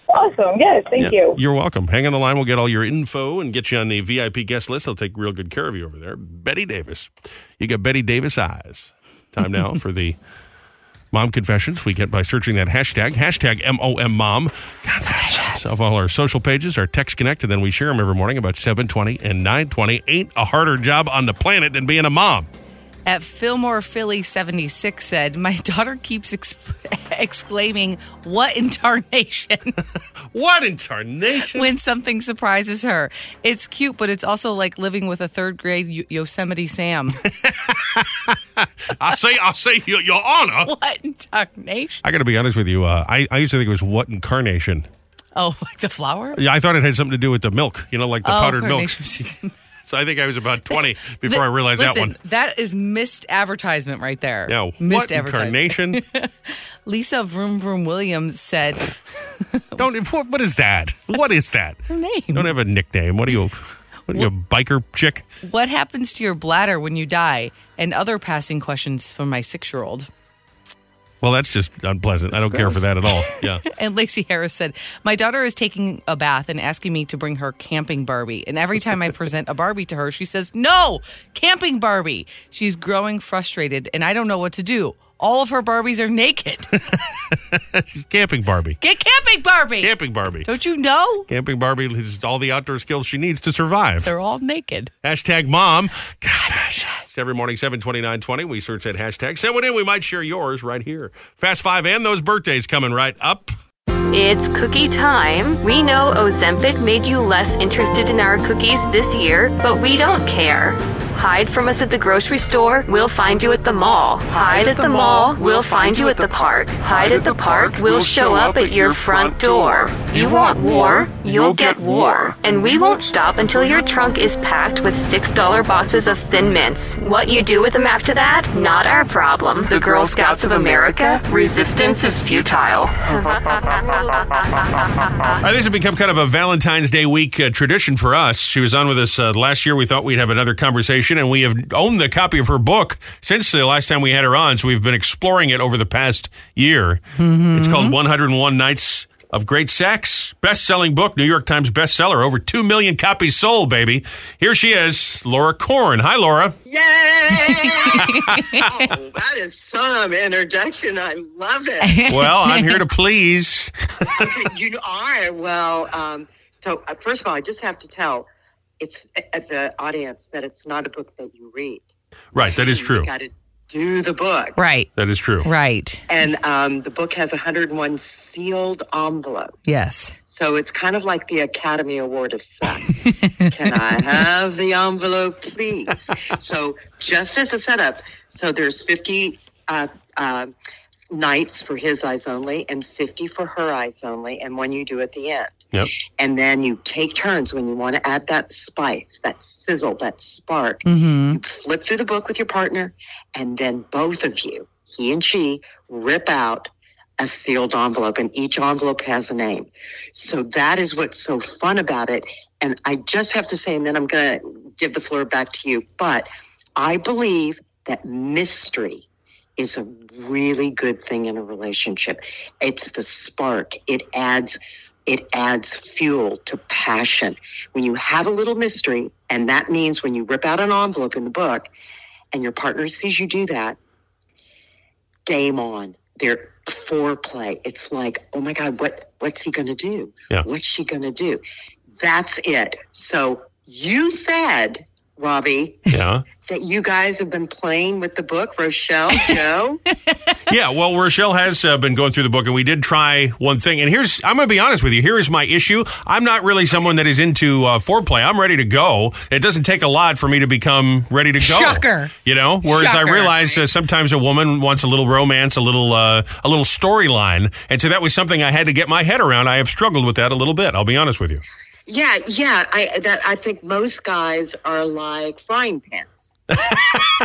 Awesome. Yes, thank Yeah. you. You're welcome. Hang on the line. We'll get all your info and get you on the VIP guest list. They'll take real good care of you over there. Betty Davis. You got Betty Davis eyes. Time now for the Mom Confessions we get by searching that hashtag, hashtag MOM Mom Confessions of all our social pages, our text connect, and then we share them every morning about 720 and 920. Ain't a harder job on the planet than being a mom. At Fillmore Philly 76 said, My daughter keeps ex- *laughs* exclaiming, What in tarnation? *laughs* What in tarnation? when something surprises her. It's cute, but it's also like living with a third grade Yo- Yosemite Sam. *laughs* I say, I say, Your, your Honor. what in tarnation? I got to be honest with you. Uh, I, I used to think it was what in carnation. Oh, like the flower? Yeah, I thought it had something to do with the milk, you know, like the Oh, powdered milk. carnation. *laughs* So I think I was about *laughs* 20 before I realized that Listen, one. that is missed advertisement right there. Yeah, missed what in carnation? Lisa Vroom Vroom Williams said *laughs* Don't what, what is *laughs* that? What is that? her name. Don't have a nickname. What are you? What are you, a biker chick? What happens to your bladder when you die? And other passing questions from my six year old. Well, that's just unpleasant. I don't care for that at all. *laughs* Yeah. *laughs* And Lacey Harris said, My daughter is taking a bath and asking me to bring her camping Barbie. And every time I present a Barbie to her, she says, No, camping Barbie. She's growing frustrated, and I don't know what to do. All of her Barbies *laughs* are naked. She's camping Barbie. Get camping Barbie. Camping Barbie. Don't you know? Camping Barbie has all the outdoor skills she needs to survive. They're all naked. Hashtag *laughs* mom. Confessions. Every morning, 72920, we search that hashtag. Send one in. We might share yours right here. Fast Five and those birthdays coming right up. It's cookie time. We know Ozempic made you less interested in our cookies this year, but we don't care. Hide from us at the grocery store, we'll find you at the mall. Hide at the mall, we'll find you at the park. Hide at the park, we'll show up at your front door. You want war, you'll get war. And we won't stop until your trunk is packed with $6 boxes of thin mints. What you do with them after that, not our problem. The Girl Scouts of America, resistance is futile. Uh, this has become kind of a Valentine's Day week uh, tradition for us. She was on with us uh, last year. We thought we'd have another conversation, and we have owned the copy of her book since the last time we had her on. So we've been exploring it over the past year. It's Mm-hmm. called 101 Nights of Great Sex, best selling book, New York Times bestseller, over 2 million copies sold, baby. Here she is, Laura Korn. Hi, Laura. Yay! oh, *laughs* that is some introduction. I love *laughs* it. Well, I'm here to please. *laughs* you are. Well, um, so uh, first of all, I just have to tell it's uh, at the audience that it's not a book that you read. Right, that is true. You got to do the book. Right. That is true. Right. And um, the book has 101 sealed envelopes. Yes. So it's kind of like the Academy Award of Sex. Can I have the envelope, please? So just as a setup, so there's 50 uh, uh, nights for his eyes only and 50 for her eyes only, and one you do at the end. Yep. And then you take turns when you want to add that spice, that sizzle, that spark. Mm-hmm. You flip through the book with your partner, and then both of you, he and she, rip out a sealed envelope, and each envelope has a name. So that is what's so fun about it. And I just have to say, and then I'm going to give the floor back to you, but I believe that mystery is a really good thing in a relationship. It's the spark. It adds it adds fuel to passion. When you have a little mystery, and that means when you rip out an envelope in the book and your partner sees you do that, game on. Their foreplay. It's like, oh my God, what what's he gonna do? Yeah. What's she gonna do? That's it. So you said, Robbie, *laughs* Yeah. that you guys have been playing with the book, Rochelle, *laughs* Joe. Yeah, well, Rochelle has uh, been going through the book, and we did try one thing. And here's, I'm going to be honest with you. Here is my issue. I'm not really someone that is into uh, foreplay. I'm ready to go. It doesn't take a lot for me to become ready to go. Shocker. You know, whereas Shocker. I realize uh, sometimes a woman wants a little romance, a little, uh, a little storyline, and so that was something I had to get my head around. I have struggled with that a little bit. I'll be honest with *laughs* you. yeah, yeah. I that I think most guys are like frying pans.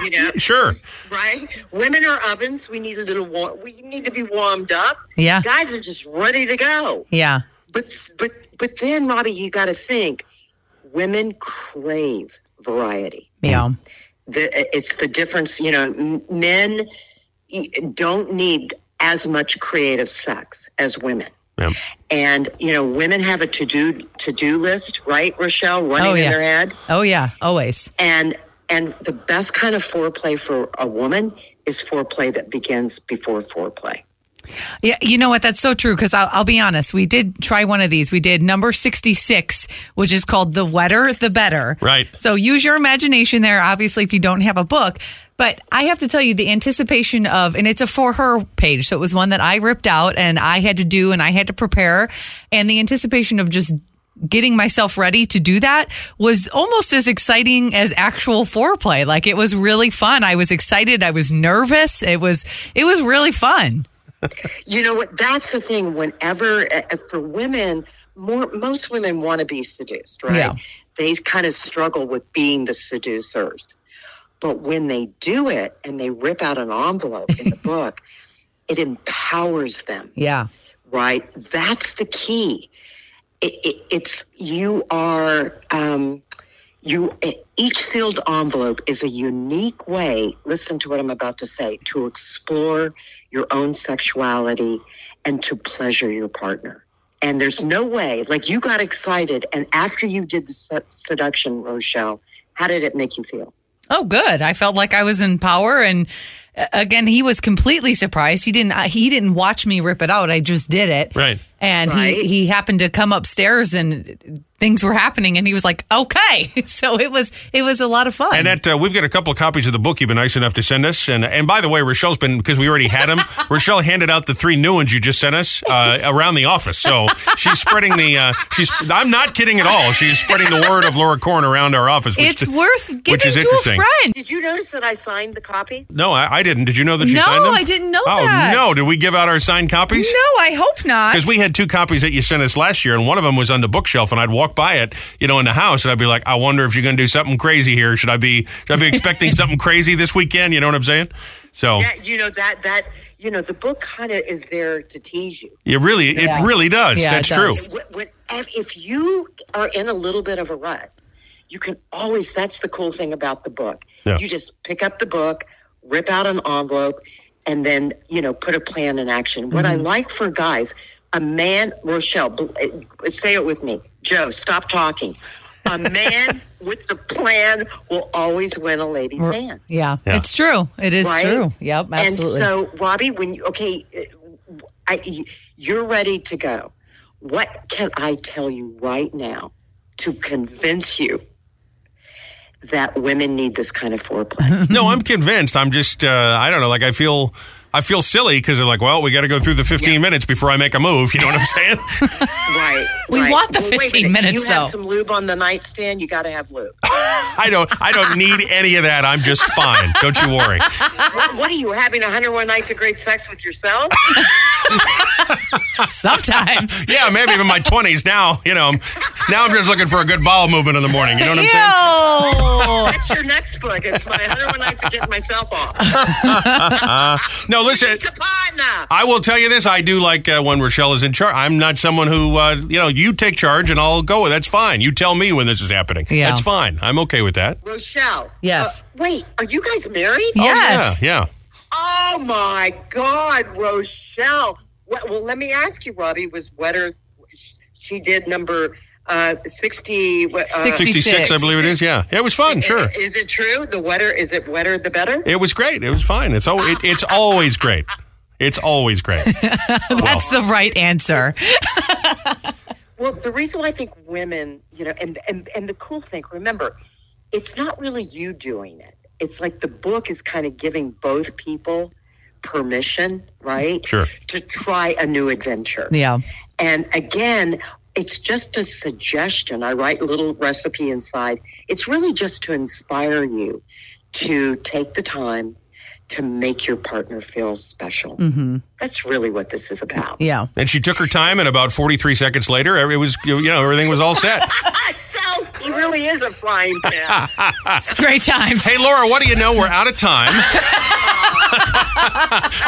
you know, Sure. right? Women are ovens. We need a little warm. We need to be warmed up. Yeah. Guys are just ready to go. *laughs* Yeah. But but but then, Robbie, you got to think. Women crave variety. Yeah. the it's the difference you know m- men don't need as much creative sex as women Yeah. and you know women have a to-do to-do list right rochelle running Oh, yeah. in their head Oh yeah. Always. and and the best kind of foreplay for a woman is foreplay that begins before foreplay Yeah, you know what? That's so true. Because I'll, I'll be honest, we did try one of these. We did number sixty-six, which is called "The Wetter, the Better." Right. So use your imagination there. Obviously, if you don't have a book, but I have to tell you, the anticipation of, and it's a for her page, so it was one that I ripped out and I had to do and I had to prepare, and the anticipation of just getting myself ready to do that was almost as exciting as actual foreplay. Like it was really fun. I was excited. I was nervous. It was it was really fun. you know what that's the thing whenever uh, for women more most women want to be seduced right Yeah. they kind of struggle with being the seducers but when they do it and they rip out an envelope in the book it empowers them Yeah. right that's the key it, it, it's you are um, you each sealed envelope is a unique way listen to what i'm about to say to explore your own sexuality and to pleasure your partner and there's no way like you got excited and after you did the se- seduction rochelle how did it make you feel Oh, good. I felt like I was in power and again, he was completely surprised. He didn't. uh, He didn't watch me rip it out. I just did it. Right. And he he happened to come upstairs and things were happening, and he was like, "Okay." *laughs* So it was it was a lot of fun. And that uh, we've got a couple of copies of the book you've been nice enough to send us. And and by the way, Rochelle's been because we already *laughs* had them. Rochelle handed out the three new ones you just sent us uh, around the office. So she's spreading the. Uh, she's. I'm not kidding at all. She's spreading the word of Laura Korn around our office. Which it's worth giving which is to a interesting. friend. Did you notice that I signed the copies? No, I, I didn't. Did you know that you No, signed them? I didn't know Oh that. no! Did we give out our signed copies? No, I hope not. Because we had two copies that you sent us last year, and one of them was on the bookshelf, and I'd walk by it, you know, in the house, and I'd be like, "I wonder if you're going to do something crazy here. Should I be? Should I be *laughs* expecting something crazy this weekend? You know what I'm saying? So That you know that that you know the book kind of is there to tease you. it really, it Yeah. really does. Yeah, That's it true. does. Wh- when- If you are in a little bit of a rut, you can always. That's the cool thing about the book. Yeah. You just pick up the book, rip out an envelope, and then you know put a plan in action. What Mm-hmm. I like for guys, a man, Rochelle, bl- eh, say it with me, Joe. Stop talking. A *laughs* man with the plan will always win a lady's hand. yeah, it's true. It is Right? true. Yep, Oh, absolutely. And so, Robbie, when you, okay, I, you're ready to go. What can I tell you right now to convince you that women need this kind of *laughs* foreplay? no, I'm convinced. I'm just, uh, I don't know. Like I feel, I feel silly because they're like, well, we got to go through the 15 minutes before I make a move. You know what I'm *laughs* saying? right. We right. want the wait a 15 minute. minutes, You have though. some lube on the nightstand. You got to have lube. I don't, I don't need any of that. I'm just fine. Don't you worry. *laughs* what, what are you having? 101 nights of great sex with yourself? *laughs* Sometimes. *laughs* Yeah, maybe in my 20s now. You know, now I'm just looking for a good bowel movement in the morning. You know what I'm saying? Ew. That's your next book. It's my 101 nights of getting myself off. *laughs* No, listen. It's a partner. I will tell you this: I do like uh, when Rochelle is in charge. I'm not someone who, uh, you know, you take charge and I'll go. That's fine. You tell me when this is happening. Yeah. That's fine. I'm okay with that. Rochelle. Yes. uh, wait, are you guys married? Yes. Yeah. Oh my God, Rochelle. Well, well let me ask you, Robbie, was Wetter, she did number uh, 60. what, Uh, yeah. 60. 66, I believe it is. Yeah. Yeah, It was fun. Sure. Is it true? The wetter, is it wetter *laughs* the better? It was great. It was fine. It's al- it, it's always great. It's always great. That's Oh. the right answer. Well, the reason why I think women, you know, and, and, and the cool thing, remember, it's not really you doing it. It's like the book is kind of giving both people permission, right? Sure. To try a new adventure. Yeah. And again, it's just a suggestion. I write a little recipe inside. It's really just to inspire you to take the time to make your partner feel special. Mm. Mm-hmm. That's really what this is about. *laughs* *laughs* Yeah. And she took her time, and about 43 seconds later, it was you know everything was all set. *laughs* So he really is a frying pan. It's great times. Hey, Laura, what do you know? We're out of time.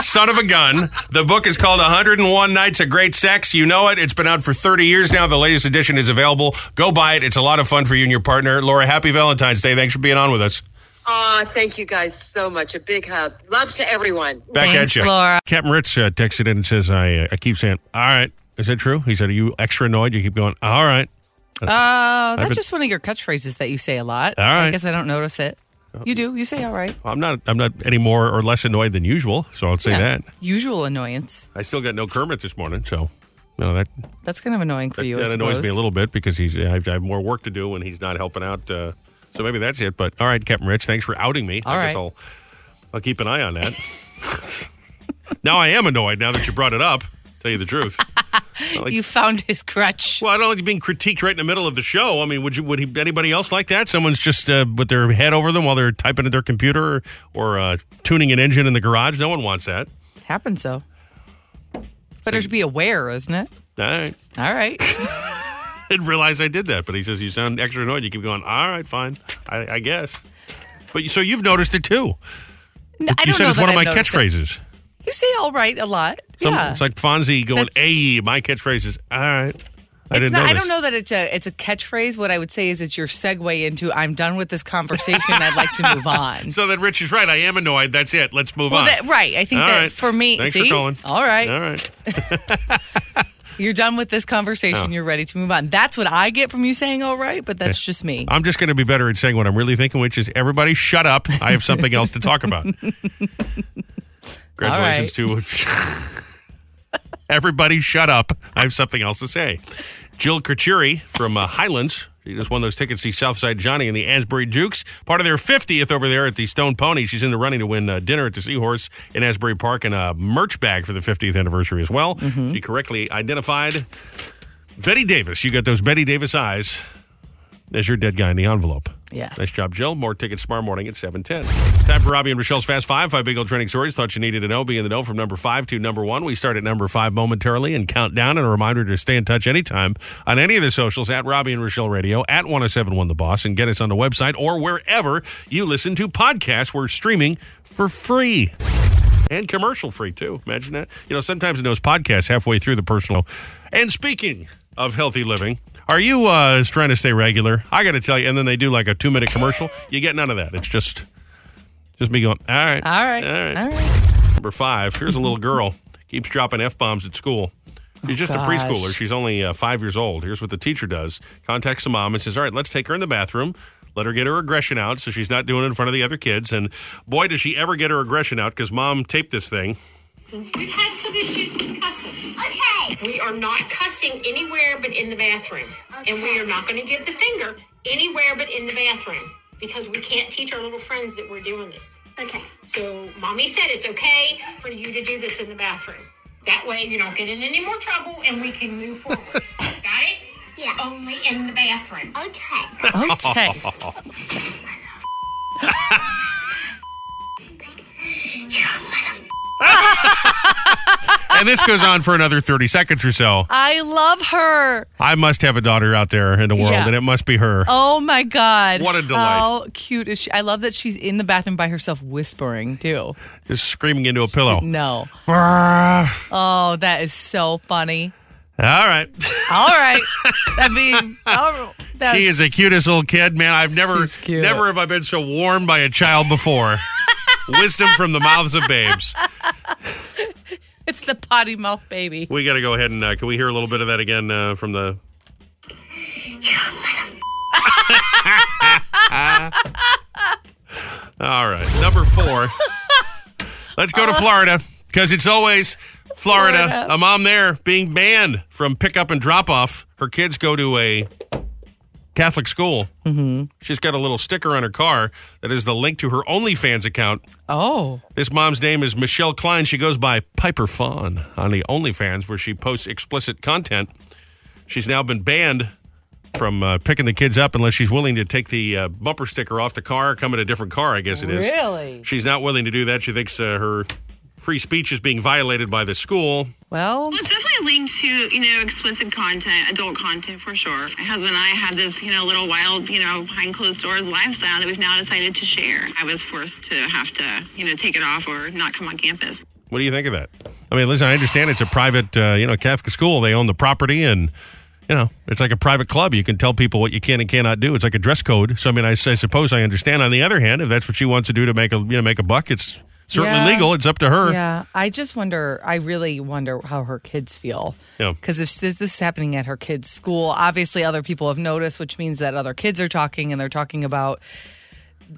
Son of a gun. The book is called 101 Nights of Great Sex. You know it. It's been out for 30 years now. The latest edition is available. Go buy it. It's a lot of fun for you and your partner. Laura, happy Valentine's Day. Thanks for being on with us. Aw, thank you guys so much. A big hug. Love to everyone. Back Thanks, at you. Laura. Captain Ritz uh, texted in and says, I, uh, I keep saying, all right. Is that true? He said, are you extra annoyed? You keep going, all right. Uh, been- that's just one of your catchphrases that you say a lot. All right. Oh. I guess I don't notice it. You do. You say all right. I'm not, I'm not any more or less annoyed than usual. So I'll say Yeah. that. Usual annoyance. I still got no Kermit this morning. So, no, that That's kind of annoying for That, you. I that annoys me a suppose. little bit because he's I have, I have more work to do when he's not helping out. Uh, so maybe that's it. But all right, Captain Rich, thanks for outing me. All I guess right. I'll, I'll keep an eye on that. *laughs* now I am annoyed now that you brought it up. Tell you the *laughs* truth. You found his crutch. Well, I don't like being critiqued right in the middle of the show. I mean, would you? Would he, anybody else like that? Someone's just uh, with their head over them while they're typing at their computer or, or uh, tuning an engine in the garage. No one wants that. Happens so. It's better to be aware, isn't it? All right. All right. didn't realize *laughs* I did that, but he says you sound extra annoyed. You keep going. All right, fine, I, I guess. But you, so you've noticed it too. No, I you don't said know it's that one of I've my noticed it. catchphrases. You say all right a lot. Some- yeah. It's like Fonzie going, That's- "Hey, my catchphrase is all right." I It's didn't not- notice. I don't know that it's a it's a catchphrase. What I would say is it's your segue into I'm done with this conversation. I'd like to *laughs* move on. So then Rich is right. I am annoyed. That's it. Let's move well, on. that, right. I think All that right. for me, Thanks see, for calling. all right. All right. You're done with this No. conversation. You're ready to move on. That's what I get from you saying all right, but that's just me. I'm just going to be better at saying what I'm really thinking, which is everybody shut up. I have something else to talk about. Congratulations to everybody shut up. I have something else to say. Jill Kachuri from uh, Highlands. She just won those tickets to Southside Johnny and the Asbury Jukes, part of their 50th over there at the Stone Pony. She's in the running to win uh, dinner at the Seahorse in Asbury Park and a merch bag for the 50th anniversary as well. She correctly identified Betty Davis. You got those Betty Davis eyes as your dead guy in the envelope. Yes. Nice job, Jill. More tickets tomorrow morning at 710. Time for Robbie and Rochelle's Fast Five. Five big old training stories. Thought you needed to know. Be in the know from number five to number one. We start at number five momentarily and count down. And a reminder to stay in touch anytime on any of the socials at Robbie and Rochelle Radio, at 1071 The Boss, and get us on the website or wherever you listen to podcasts. We're streaming for free and commercial free too. Imagine that. You know, sometimes in those podcasts, halfway through the personal. And speaking of healthy living, are you uh, trying to stay regular? I got to tell you, and then they do like a two minute commercial. You get none of that. It's just, just me going. All right, All right. all right. All right. Number five. Here's a *laughs* little girl keeps dropping f bombs at school. She's just Oh, gosh. a preschooler. She's only uh, five years old. Here's what the teacher does: contacts the mom and says, "All right, let's take her in the bathroom." Let her get her aggression out so she's not doing it in front of the other kids. And boy, does she ever get her aggression out because mom taped this thing. Since we've had some issues with cussing. Okay. We are not cussing anywhere but in the bathroom. And we are not going to give the finger anywhere but in the bathroom because we can't teach our little friends that we're doing this. Okay. So, mommy said it's okay for you to do this in the bathroom. That way, you don't get in any more trouble and we can move forward. *laughs* Got it? Yeah. Only in the bathroom. Okay. *laughs* Okay. *laughs* and this goes on for another 30 seconds or so. I love her. I must have a daughter out there in the world, Yeah. and it must be her. Oh my God. What a delight. How cute is she? I love that she's in the bathroom by herself whispering, too. Just screaming into a pillow. *laughs* Ah. No. Brrr. Oh, that is so funny. All right. *laughs* All right. I mean, all- that's, She is the cutest little kid, man. I've never, She's cute. never have I been so warmed by a child *laughs* before. Wisdom from the mouths of babes. It's the potty mouth baby. We got to go ahead and uh, can we hear a little bit of that again uh, from *laughs* the? *laughs* Ah, All right, number four. Let's go to Florida because it's always Florida. Uh-huh. Florida. A mom there being banned from pickup and drop off. Her kids go to a Catholic school. Mm-hmm. She's got a little sticker on her car that is the link to her OnlyFans account. Oh. This mom's name is Michelle Klein. She goes by Piper Fawn on the OnlyFans, where she posts explicit content. She's now been banned from uh, picking the kids up unless she's willing to take the uh, bumper sticker off the car, or come in a different car. I guess it is. Really? She's not willing to do that. She thinks uh, her free speech is being violated by the school. Well, Well, it's definitely linked to, you know, explicit content, adult content for sure. My husband and I had this, you know, little wild, you know, behind closed doors lifestyle that we've now decided to share. I was forced to have to, you know, take it off or not come on campus. What do you think of that? I mean, listen, I understand it's a private, uh, you know, Catholic school. They own the property and. You know, it's like a private club. You can tell people what you can and cannot do. It's like a dress code. So I mean, I, I suppose I understand. On the other hand, if that's what she wants to do to make a you know make a buck, it's certainly Yeah. legal. It's up to her. yeah. I just wonder, I really wonder how her kids feel. Yeah. Because if this this is happening at her kids' school, obviously other people have noticed, which means that other kids are talking and they're talking about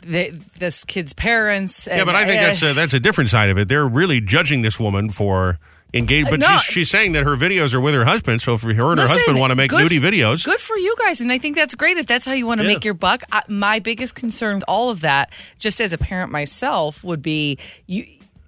the, this kid's parents. And, eh, Yeah, but I think that's a, that's a different side of it. They're really judging this woman for engaged. But No. she's, she's saying that her videos are with her husband. So if her and her Listen, husband want to make good- nudie videos, Good for you guys, and I think that's great if that's how you want to Yeah. make your buck. I, my biggest concern with all of that, just as a parent myself, would be you.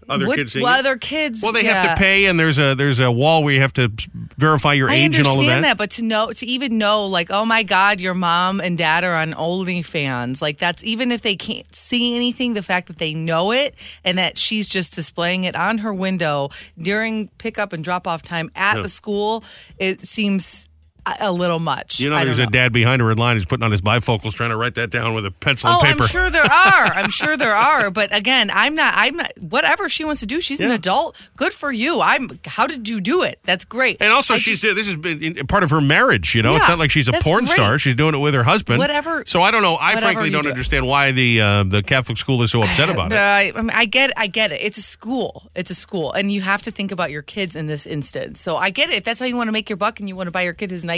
Other would- kids seeing well, it? other kids. well, they yeah. have to pay, and there's a there's a wall where you have to verify your I age and all of understand that. but to know, to even know, like, oh my God, your mom and dad are on OnlyFans. Like, that's even if they can't see anything, the fact that they know it and that she's just displaying it on her window during pickup and drop off time at the school, it seems. a- a little much. You know, I there's don't a dad behind her in line who's putting on his bifocals, trying to write that down with a pencil Oh, and paper. I'm sure there are. *laughs* I'm sure there are. But again, I'm not. I'm not. Whatever she wants to do, she's an adult. Good for you. I'm. How did you do it? That's great. And also, she's this has been in- part of her marriage. You know, it's Yeah, not like she's a that's porn great. star; she's doing it with her husband. Whatever- So I don't know. I whatever frankly you don't do. understand why the uh, the Catholic school is so upset about Uh, it. I, I mean, I get. I get it. It's a school. It's a school, and you have to think about your kids in this instance. So I get it. If that's how you want to make your buck, and you want to buy your kid his Nikes,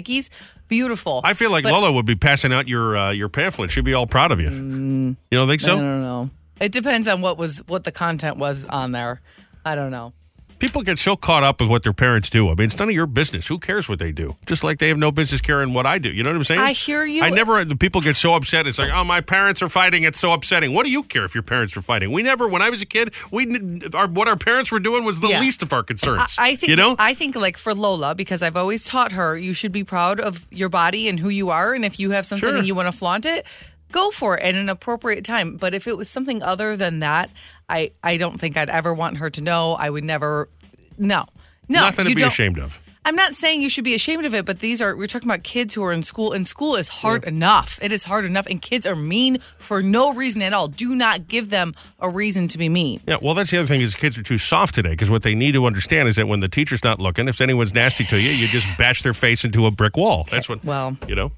beautiful. I feel like But Lola would be passing out your uh, your pamphlet. She'd be all proud of you. you don't think so? Mm. I don't know. It depends on what was what the content was on there. I don't know. People get so caught up with what their parents do. I mean, it's none of your business. Who cares what they do? Just like they have no business caring what I do. You know what I'm saying? I hear you. I never. The people get so upset. It's like, oh, my parents are fighting. It's so upsetting. What do you care if your parents are fighting? We never. When I was a kid, we n- our, what our parents were doing was the Yeah. least of our concerns. I, I think you know. I think like for Lola because I've always taught her you should be proud of your body and who you are and if you have something Sure. and you want to flaunt it, go for it at an appropriate time. But if it was something other than that, I I don't think I'd ever want her to know. I would never no. No. Nothing to you be don't- ashamed of. I'm not saying you should be ashamed of it, but these are we're talking about kids who are in school, and school is hard enough. It is hard enough, and kids are mean for no reason at all. Do not give them a reason to be mean. Yeah, well, that's the other thing is kids are too soft today because what they need to understand is that when the teacher's not looking, if anyone's nasty to you, you just bash their face into a brick wall. That's what, Well, you know?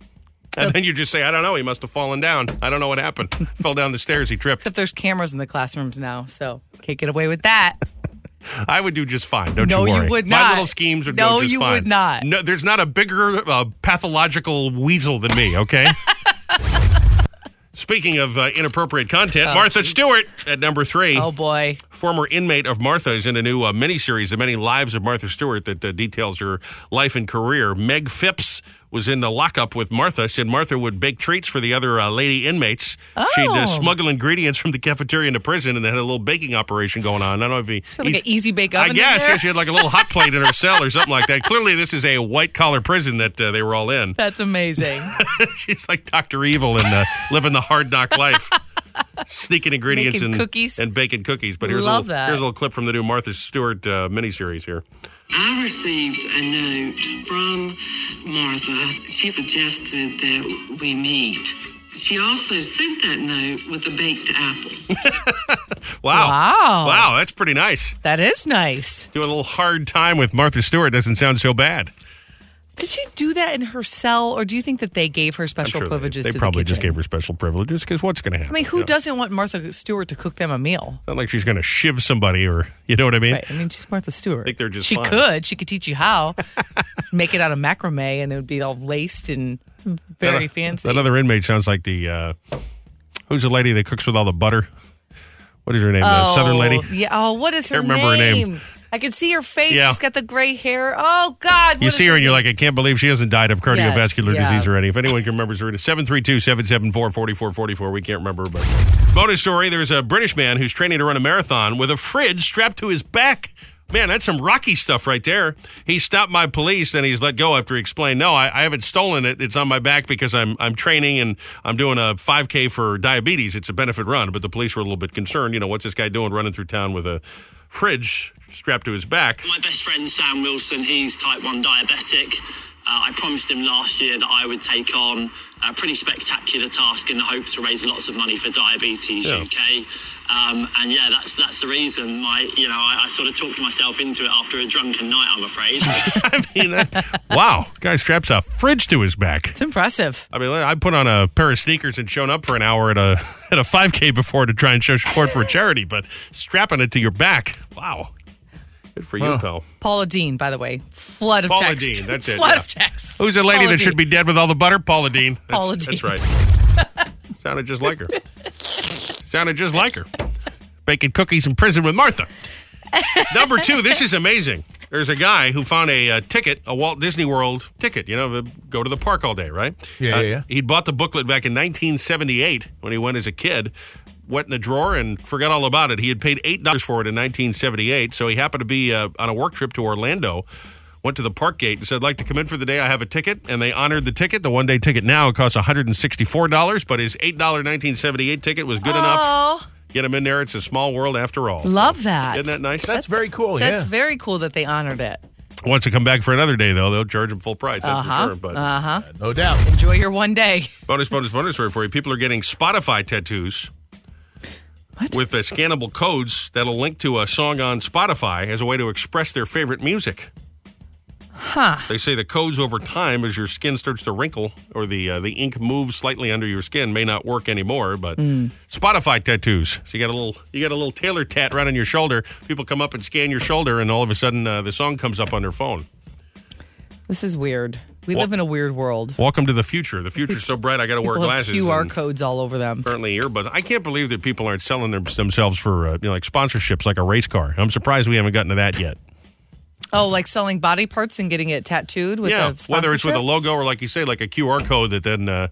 And then you just say, I don't know, he must have fallen down. I don't know what happened. *laughs* Fell down the stairs, he tripped. except there's cameras in the classrooms now, so can't get away with that. I would do just fine, don't No, you you worry. would My not. little schemes would No, go just you fine. would not. No, there's not a bigger uh, pathological weasel than me, *laughs* okay? Speaking of uh, inappropriate content, Oh, Martha geez. Stewart at number three. Oh boy. former inmate of Martha is in a new uh, miniseries, The Many Lives of Martha Stewart, that uh, details her life and career. Meg Phipps was in the lockup with Martha, said Martha would bake treats for the other uh, lady inmates. She'd uh, Oh. smuggle ingredients from the cafeteria into prison and they had a little baking operation going on. I don't know if he... Like an he's- easy bake I oven. in guess, there? yeah, she had like a little hot plate in her cell or something like that. Clearly, this is a white-collar prison that uh, they were all in. *laughs* *laughs* That's amazing. She's like Dr. Evil and uh, living the hard knock life. Sneaking ingredients Making and cookies. and baking cookies. But here's, a, Love little, that. here's a little clip from the new Martha Stewart uh, miniseries here. I received a note from Martha. She suggested that we meet. She also sent that note with a baked apple. Wow. Wow. Wow, that's pretty nice. that is nice. Doing a little hard time with Martha Stewart doesn't sound so bad. Did she do that in her cell, or do you think that they gave her special Sure, they, privileges? they to probably the just kitchen? gave her special privileges because what's going to I happen? mean, who you know? doesn't want Martha Stewart to cook them a meal? It's not like she's going to shiv somebody or, *laughs* you know what I mean? Right. I mean, she's Martha Stewart. I think they're just she fine. could. She could teach *laughs* you how. Make it out of macrame, and it would be all laced and very That- fancy. That other inmate sounds like the, uh, who's the lady that cooks with all the butter? *laughs* What is her name? the Southern lady? Yeah. Oh, what is her Can't remember her name? name. I can see her face. Yeah. She's got the gray hair. Oh God. You what see is her and you're like, I can't believe she hasn't died of Yes, cardiovascular yeah. disease already. If anyone can remember, it's 732 774 4444. We can't remember. But bonus story there's a British man who's training to run a marathon with a fridge strapped to his back. Man, that's some rocky stuff right there. He stopped by police and he's let go after he explained, "No, I, I haven't stolen it. It's on my back because I'm I'm training and I'm doing a 5K for diabetes. It's a benefit run." But the police were a little bit concerned. You know, what's this guy doing running through town with a fridge strapped to his back? My best friend Sam Wilson, he's type 1 diabetic. Uh, I promised him last year that I would take on a pretty spectacular task in the hope to raise lots of money for Diabetes Yeah. UK. Um, and yeah, that's that's the reason. My, you know, I, I sort of talked myself into it after a drunken night. I'm afraid. *laughs* I mean, that- wow, guy straps a fridge to his back. It's impressive. I mean, I put on a pair of sneakers and shown up for an hour at a *laughs* at a 5K before to try and show support for a charity, but strapping it to your back, wow, good for you, Well. pal. Paula Dean, by the way. Flood of Paula text. Dean, that's it, *laughs* Flood yeah. of text. Who's a lady Paula that Dean. should be dead with all the butter? Paula Dean. That's, Paula That's Deen. right. *laughs* Sounded just like her. Sounded just like her. Baking cookies in prison with Martha. Number two, this is amazing. There's a guy who found a uh, ticket, a Walt Disney World ticket. You know, to go to the park all day, right? Yeah, Uh, yeah, yeah. He'd bought the booklet back in 1978 when he went as a kid. Went in the drawer and forgot all about it. He had paid eight dollars for it in 1978, so he happened to be uh, on a work trip to Orlando. Went to the park gate and said, "I'd like to come in for the day. I have a ticket." And they honored the ticket. The one-day ticket now costs 164 dollars, but his eight dollar 1978 ticket was good enough. Get him in there. It's a small world after all. Oh. Love that. Isn't that nice? That's very cool. That's very cool that they honored it. Once they come back for another day, though, they'll charge them full price. That's Uh-huh. for sure. But Uh-huh. Uh, no doubt. Enjoy your one day. *laughs* Bonus, bonus, bonus story for you. People are getting Spotify tattoos with uh, scannable codes that'll link to a song on Spotify as a way to express their favorite music. Huh. They say the codes over time, as your skin starts to wrinkle or the uh, the ink moves slightly under your skin, may not work anymore. But Hmm. Mm. Spotify tattoos. So you got a little you got a little tailor tat right on your shoulder. People come up and scan your shoulder, and all of a sudden uh, the song comes up on their phone. This is weird. We live in a weird world. Welcome to the future. The future's so bright. I got to wear People have glasses. QR and codes all over them. Apparently earbuds. I can't believe that people aren't selling their, themselves for uh, you know, like sponsorships, like a race car. I'm surprised we haven't gotten to that yet. Oh, like selling body parts and getting it tattooed with yeah, a whether it's with a sponsorship? logo or like you say, like a QR code that then uh,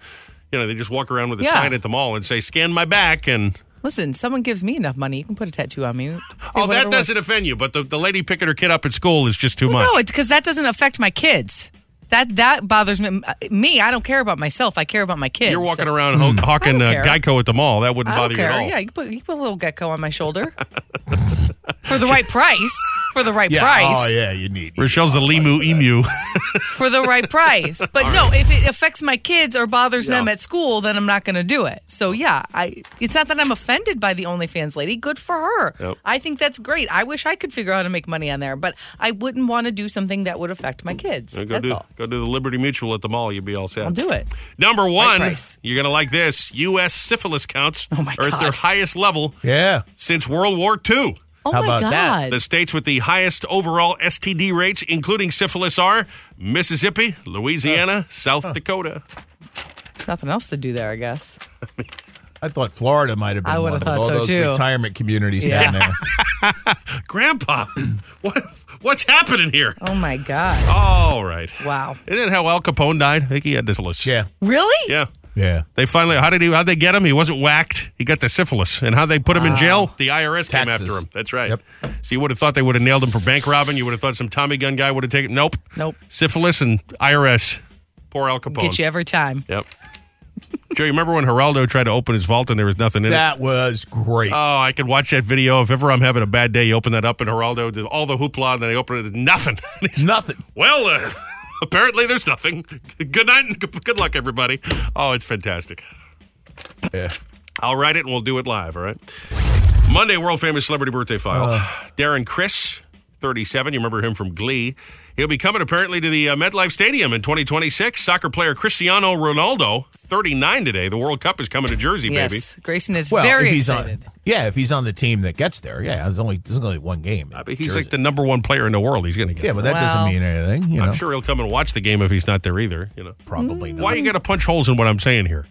you know they just walk around with a Yeah. sign at the mall and say "scan my back" and Listen, someone gives me enough money, you can put a tattoo *gasps* on me. Say oh whatever that works. doesn't offend you, but the, the lady picking her kid up at school is just too much. No, because that doesn't affect my kids. That that bothers me. uh, Me, I don't care about myself. I care about my kids. You're walking So- around ho- hawking Hmm. I uh, don't care. Geico at the mall. That wouldn't I bother don't you care. at all. Yeah, you can put, you can put a little gecko on *laughs* my shoulder for the right price. For the right Yeah. price. Oh, yeah, you need. Rochelle's the Limu Emu. For the right price. But All no, right. if it affects my kids or bothers Yeah. them at school, then I'm not going to do it. So yeah, I. It's not that I'm offended by the OnlyFans lady. Good for her. Yep. I think that's great. I wish I could figure out how to make money on there, but I wouldn't want to do something that would affect my kids. Yeah, *laughs* go that's do all. go do the Liberty Mutual at the mall. You'll be all set. I'll do it. Number one, price. you're gonna like this. U.S. syphilis counts Oh are at their highest level Yeah. since World War II. Oh How my about that? God. The states with the highest overall STD rates, including syphilis, are Mississippi, Louisiana, South Dakota. Nothing else to do there, I guess. I thought Florida might have been. I would would've have thought all so, those too. Retirement communities Yeah. down *laughs* there. Grandpa, what what's happening here? Oh my god. All right. Wow. Isn't it how Al Capone died? I think he had syphilis. Yeah. Really? Yeah. Yeah. They finally how did he how'd they get him? He wasn't whacked. He got the syphilis. And how they put him in Wow. jail? The IRS came after him. That's right. So you would have thought they would have nailed him for bank robbing. You would have thought some Tommy gun guy would have taken nope. Nope. Syphilis and IRS. Poor Al Capone. Get you every time. Yep. Joe, you remember when Geraldo tried to open his vault and there was nothing in That it? was great. Oh, I could watch that video. If ever I'm having a bad day, you open that up and Geraldo did all the hoopla and then he opened it, there's nothing. *laughs* nothing. Well, uh, *laughs* apparently there's nothing. Good night and g- good luck, everybody. Oh, it's fantastic. Yeah. I'll write it and we'll do it live, all right? Monday, world famous celebrity birthday file. Darren Chris, 37. You remember him from Glee. He'll be coming apparently to the uh, MetLife Stadium in 2026. Soccer player Cristiano Ronaldo, 39 today. The World Cup is coming to Jersey, baby. Yes. Grayson is Well, very if he's excited. on, yeah, if he's on the team that gets there, yeah, there's only there's only one game. I mean, he's like the number one player in the world. He's going to get Yeah, but that doesn't mean anything. You know, I'm sure he'll come and watch the game if he's not there either. You know, Probably not. Why you got to punch holes in what I'm saying here?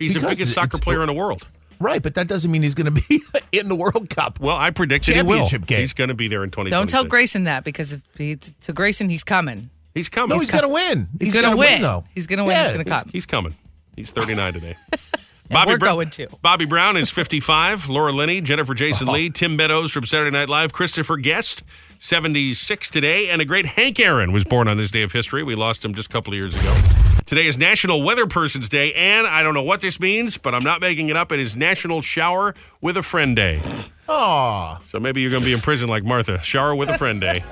He's the Because biggest soccer it's- player in the world. right? But that doesn't mean he's going to be *laughs* in the World Cup. Well, I predicted he will. Championship game. He's going to be there in 20. Don't tell Grayson that because if he, to Grayson he's coming. He's coming. No, he's going to win. He's, gonna, gonna win. though. He's gonna win. he's Yeah, gonna he's- come. He's coming. He's 39 *laughs* today. Bobby we're Bra- going to. Oh. Bobby Brown is 55. Laura Linney, Jennifer Jason Lee, Tim Meadows from Saturday Night Live, Christopher Guest, 76 today, and a great Hank Aaron was born on this day of history. We lost him just a couple of years ago. Today is National Weather Person's Day, and I don't know what this means, but I'm not making it up. It is National Shower with a Friend *sighs* Day. Aw, So maybe you're going to be in prison like Martha. Shower with a Friend Day.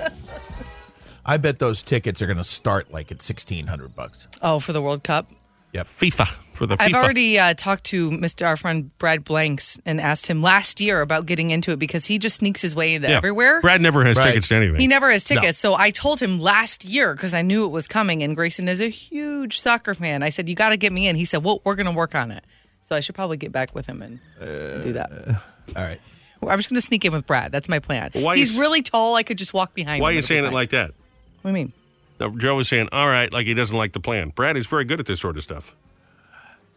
I bet those tickets are going to start like at sixteen hundred bucks. Oh, for the World Cup. Yep, FIFA for the I've already uh, talked to Mr. Our friend Brad Blanks and asked him last year about getting into it because he just sneaks his way into Yeah. everywhere. Brad never has tickets to anything. He never has tickets. So I told him last year because I knew it was coming, and Grayson is a huge soccer fan. I said, You got to get me in. He said, Well, we're going to work on it. So I should probably get back with him. And do that. Uh, all right. I'm just going to sneak in with Brad. That's my plan. Why He's is- really tall. *laughs* I could just walk behind Why are him. you It'll be saying it fine. like that? What do you mean? Now, Joe was saying, all right, like he doesn't like the plan. Brad is very good at this sort of stuff.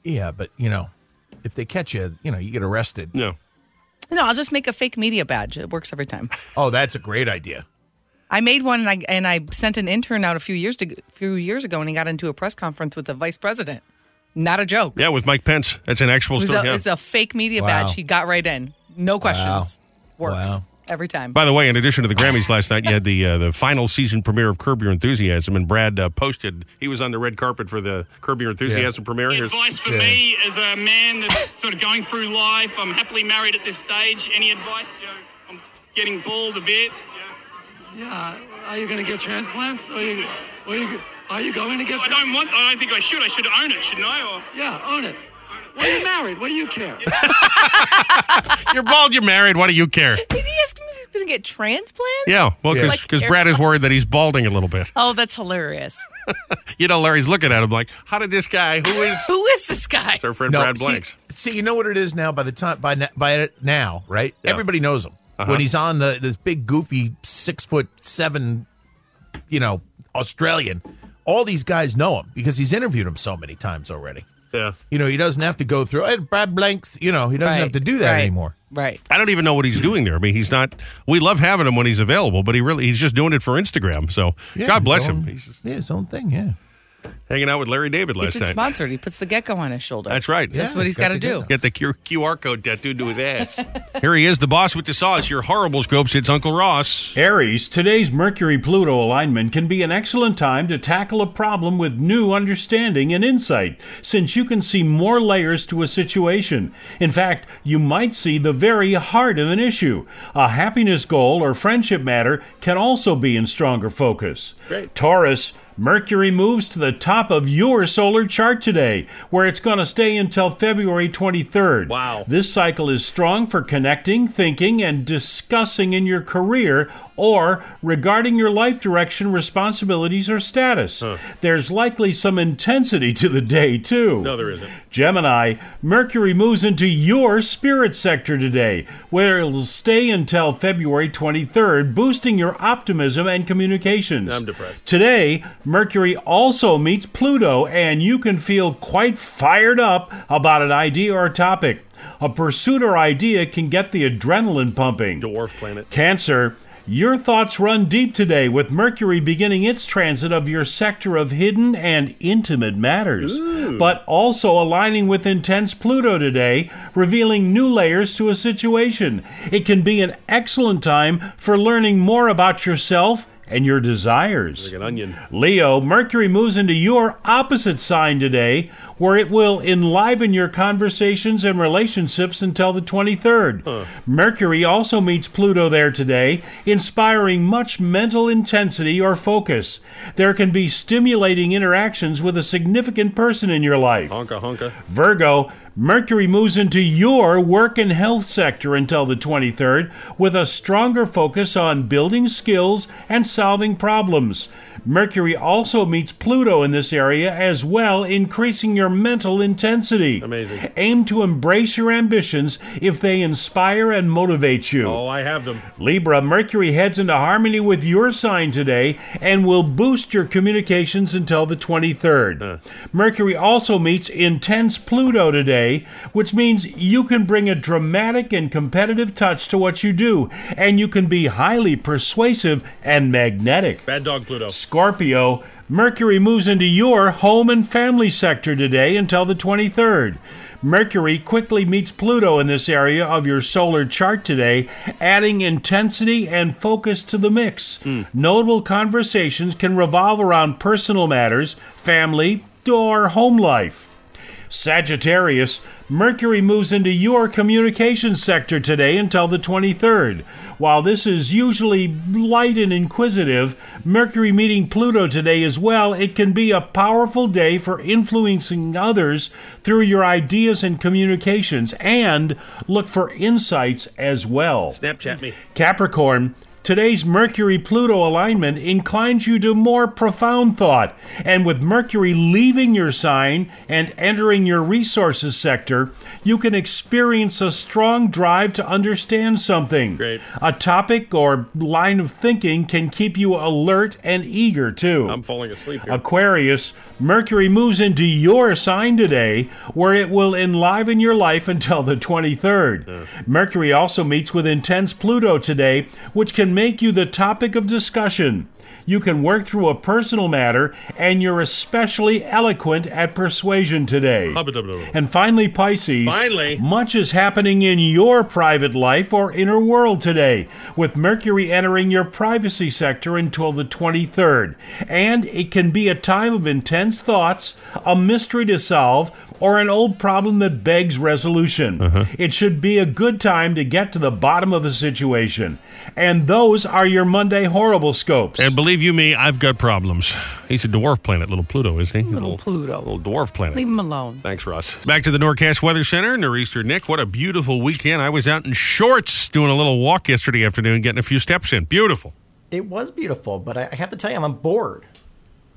Yeah, but you know, if they catch you, you know, you get arrested. No. No, I'll just make a fake media badge. It works every time. Oh, that's a great idea. I made one and I and I sent an intern out a few years to, few years ago, and he got into a press conference with the vice president. Not a joke. Yeah, with Mike Pence. That's an It actual was, story. a, yeah. it was a fake media Wow. badge. He got right in. No questions. Wow. Works Wow. every time. By the way, in addition to the Grammys last night, you had the uh, the final season premiere of Curb Your Enthusiasm, and Brad uh, posted he was on the red carpet for the Curb Your Enthusiasm premiere. Here's- Advice for Yeah. me as a man that's *coughs* sort of going through life, I'm happily married at this stage. Any advice? You know, I'm getting bald a bit. Yeah. Are you going to get transplants? Are you, are you, are you going to get I don't want. I don't think I should. I should own it, shouldn't I? Or yeah, own it. Well, you're married. What do you care? *laughs* You're bald, you're married. What do you *laughs* care? Did he ask me if he's going to get transplants? Yeah, well, because Like hair- Brad is worried that he's balding a little bit. Oh, that's hilarious. You know, Larry's looking at him like, how did this guy, who is *laughs* Who is this guy? it's our friend No, Brad see- Blanks? See, you know what it is now. By the time by na- by now, right? Yeah. Everybody knows him Uh-huh. when he's on the this big goofy six foot seven, you know, Australian. All these guys know him because he's interviewed him so many times already. Yeah. You know, he doesn't have to go through. Hey, Brad Blanks. You know, he doesn't Right, have to do that right. anymore. Right. I don't even know what he's doing there. I mean, he's not. We love having him when he's available, but he really he's just doing it for Instagram. So Yeah, God bless his him. own- He's yeah, his own thing. Yeah. hanging out with Larry David He gets last it night. sponsored. He puts the gecko on his shoulder. That's right. That's what he's got to do. Get the Q- QR code tattooed to his ass. Here he is, the boss with the sauce. Your horrible scopes. It's Uncle Ross. Aries, today's Mercury Pluto alignment can be an excellent time to tackle a problem with new understanding and insight, since you can see more layers to a situation. In fact, you might see the very heart of an issue. A happiness goal or friendship matter can also be in stronger focus. Taurus, Mercury moves to the top of your solar chart today, where it's going to stay until February 23rd. Wow. This cycle is strong for connecting, thinking, and discussing in your career or regarding your life direction, responsibilities, or status. There's likely some intensity to the day, too. *laughs* No, there isn't. Gemini, Mercury moves into your spirit sector today, where it'll stay until February 23rd, boosting your optimism and communications. I'm depressed. Today, Mercury also meets Pluto, and you can feel quite fired up about an idea or topic. A pursuit or idea can get the adrenaline pumping. Dwarf planet. Cancer. Your thoughts run deep today with Mercury beginning its transit of your sector of hidden and intimate matters, but also aligning with intense Pluto today, revealing new layers to a situation. It can be an excellent time for learning more about yourself and your desires. Like an onion. Leo, Mercury moves into your opposite sign today, where it will enliven your conversations and relationships until the 23rd. Mercury also meets Pluto there today, inspiring much mental intensity or focus. There can be stimulating interactions with a significant person in your life. Honka honka. Virgo, Mercury moves into your work and health sector until the 23rd with a stronger focus on building skills and solving problems. Mercury also meets Pluto in this area as well, increasing your mental intensity. Amazing. Aim to embrace your ambitions if they inspire and motivate you. Oh, I have them. Libra, Mercury heads into harmony with your sign today and will boost your communications until the 23rd. Mercury also meets intense Pluto today, which means you can bring a dramatic and competitive touch to what you do, and you can be highly persuasive and magnetic. Bad dog Pluto. Scorpio, Mercury moves into your home and family sector today until the 23rd. Mercury quickly meets Pluto in this area of your solar chart today, adding intensity and focus to the mix. Notable conversations can revolve around personal matters, family, or home life. Sagittarius, Mercury moves into your communication sector today until the 23rd. While this is usually light and inquisitive, Mercury meeting Pluto today as well, it can be a powerful day for influencing others through your ideas and communications and look for insights as well. Snapchat me. Capricorn, today's Mercury Pluto alignment inclines you to more profound thought. And with Mercury leaving your sign and entering your resources sector, you can experience a strong drive to understand something. A topic or line of thinking can keep you alert and eager, too. I'm falling asleep here. Aquarius, Mercury moves into your sign today, where it will enliven your life until the 23rd. Mercury also meets with intense Pluto today, which can make you the topic of discussion. You can work through a personal matter, and you're especially eloquent at persuasion today. And finally, Pisces. Finally. Much is happening in your private life or inner world today, with Mercury entering your privacy sector until the 23rd. And it can be a time of intense thoughts, a mystery to solve, or an old problem that begs resolution. It should be a good time to get to the bottom of a situation. And those are your Monday horrible scopes. And believe you me, I've got problems. He's a dwarf planet, little Pluto, is he? Little, Pluto. Little dwarf planet. Leave him alone. Thanks, Russ. Back to the Norcast Weather Center, Nor'easter Nick. What a beautiful weekend. I was out in shorts doing a little walk yesterday afternoon, getting a few steps in. Beautiful. It was beautiful, but I I have to tell you, I'm bored.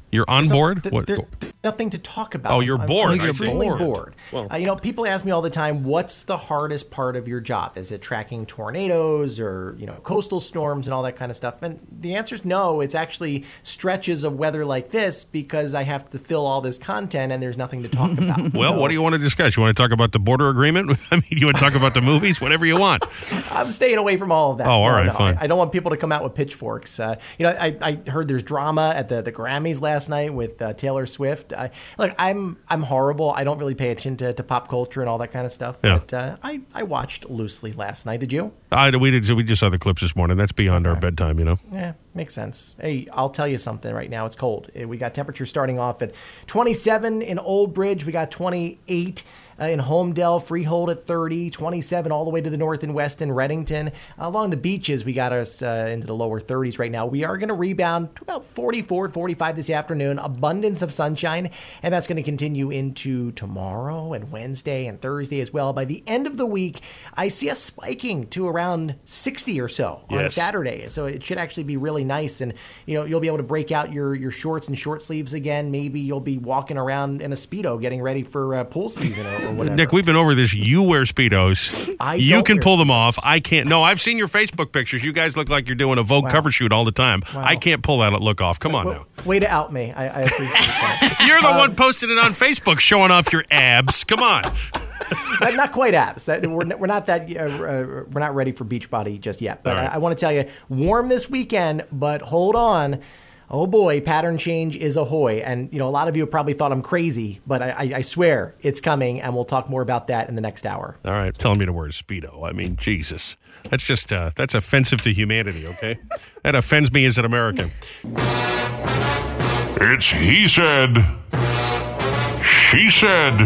You're on board? Th- What? there- nothing to talk about. Oh, you're I'm bored. feeling- I I'm see. feeling Bored. bored. Well- Uh, you know, people ask me all the time, "What's the hardest part of your job? Is it tracking tornadoes or you know coastal storms and all that kind of stuff?" And the answer is no. It's actually stretches of weather like this because I have to fill all this content and there's nothing to talk about. *laughs* *laughs* Well, what do you want to discuss? You want to talk about the border agreement? *laughs* I mean, you want to talk about the movies? Whatever you want. I'm staying away from all of that. Oh, all right, fine. I, I don't want people to come out with pitchforks. Uh, you know, I, I heard there's drama at the, the Grammys last night with uh, Taylor Swift. I, look, I'm I'm horrible. I don't really pay attention to, to pop culture and all that kind of stuff. Yeah. But uh, I, I watched loosely last night. Did you? I, we did. We just saw the clips this morning. That's beyond our bedtime, you know. Yeah, makes sense. Hey, I'll tell you something right now. It's cold. Uh, We got temperatures starting off at 27 in Old Bridge. We got 28 uh, in Holmdel, Freehold at 30, 27 all the way to the north and west in Reddington. Along the beaches, we got us uh, into the lower 30s right now. We are going to rebound to about 44, 45 this afternoon. Abundance of sunshine, and that's going to continue into tomorrow and Wednesday and Thursday as well. By the end of the week, I see us spiking to around 60 or so on Yes. Saturday. Saturday, so it should actually be really nice. And you know, you'll be able to break out your your shorts and short sleeves again. Maybe you'll be walking around in a speedo, getting ready for uh, pool season or, or whatever. Nick, we've been over this. You wear speedos. *laughs* I you don't can wear pull them off. I can't. No, I've seen your Facebook pictures. You guys look like you're doing a Vogue cover shoot all the time. I can't pull that look off. Come on now. Way to out me. I, I appreciate that. You're *laughs* the one posting it on Facebook, showing off your abs. Come on. Not- not quite abs. That, we're, not- we're not that uh, uh, we're not ready for Beachbody just yet. But All right. I, I want to tell you, warm this weekend, but hold on. Oh boy, pattern change is ahoy. And you know, a lot of you probably thought I'm crazy, but I, I, I swear it's coming, and we'll talk more about that in the next hour. All right, telling me to wear a speedo. I mean, Jesus, that's just uh, that's offensive to humanity. Okay, that offends me as an American. It's He Said, She Said,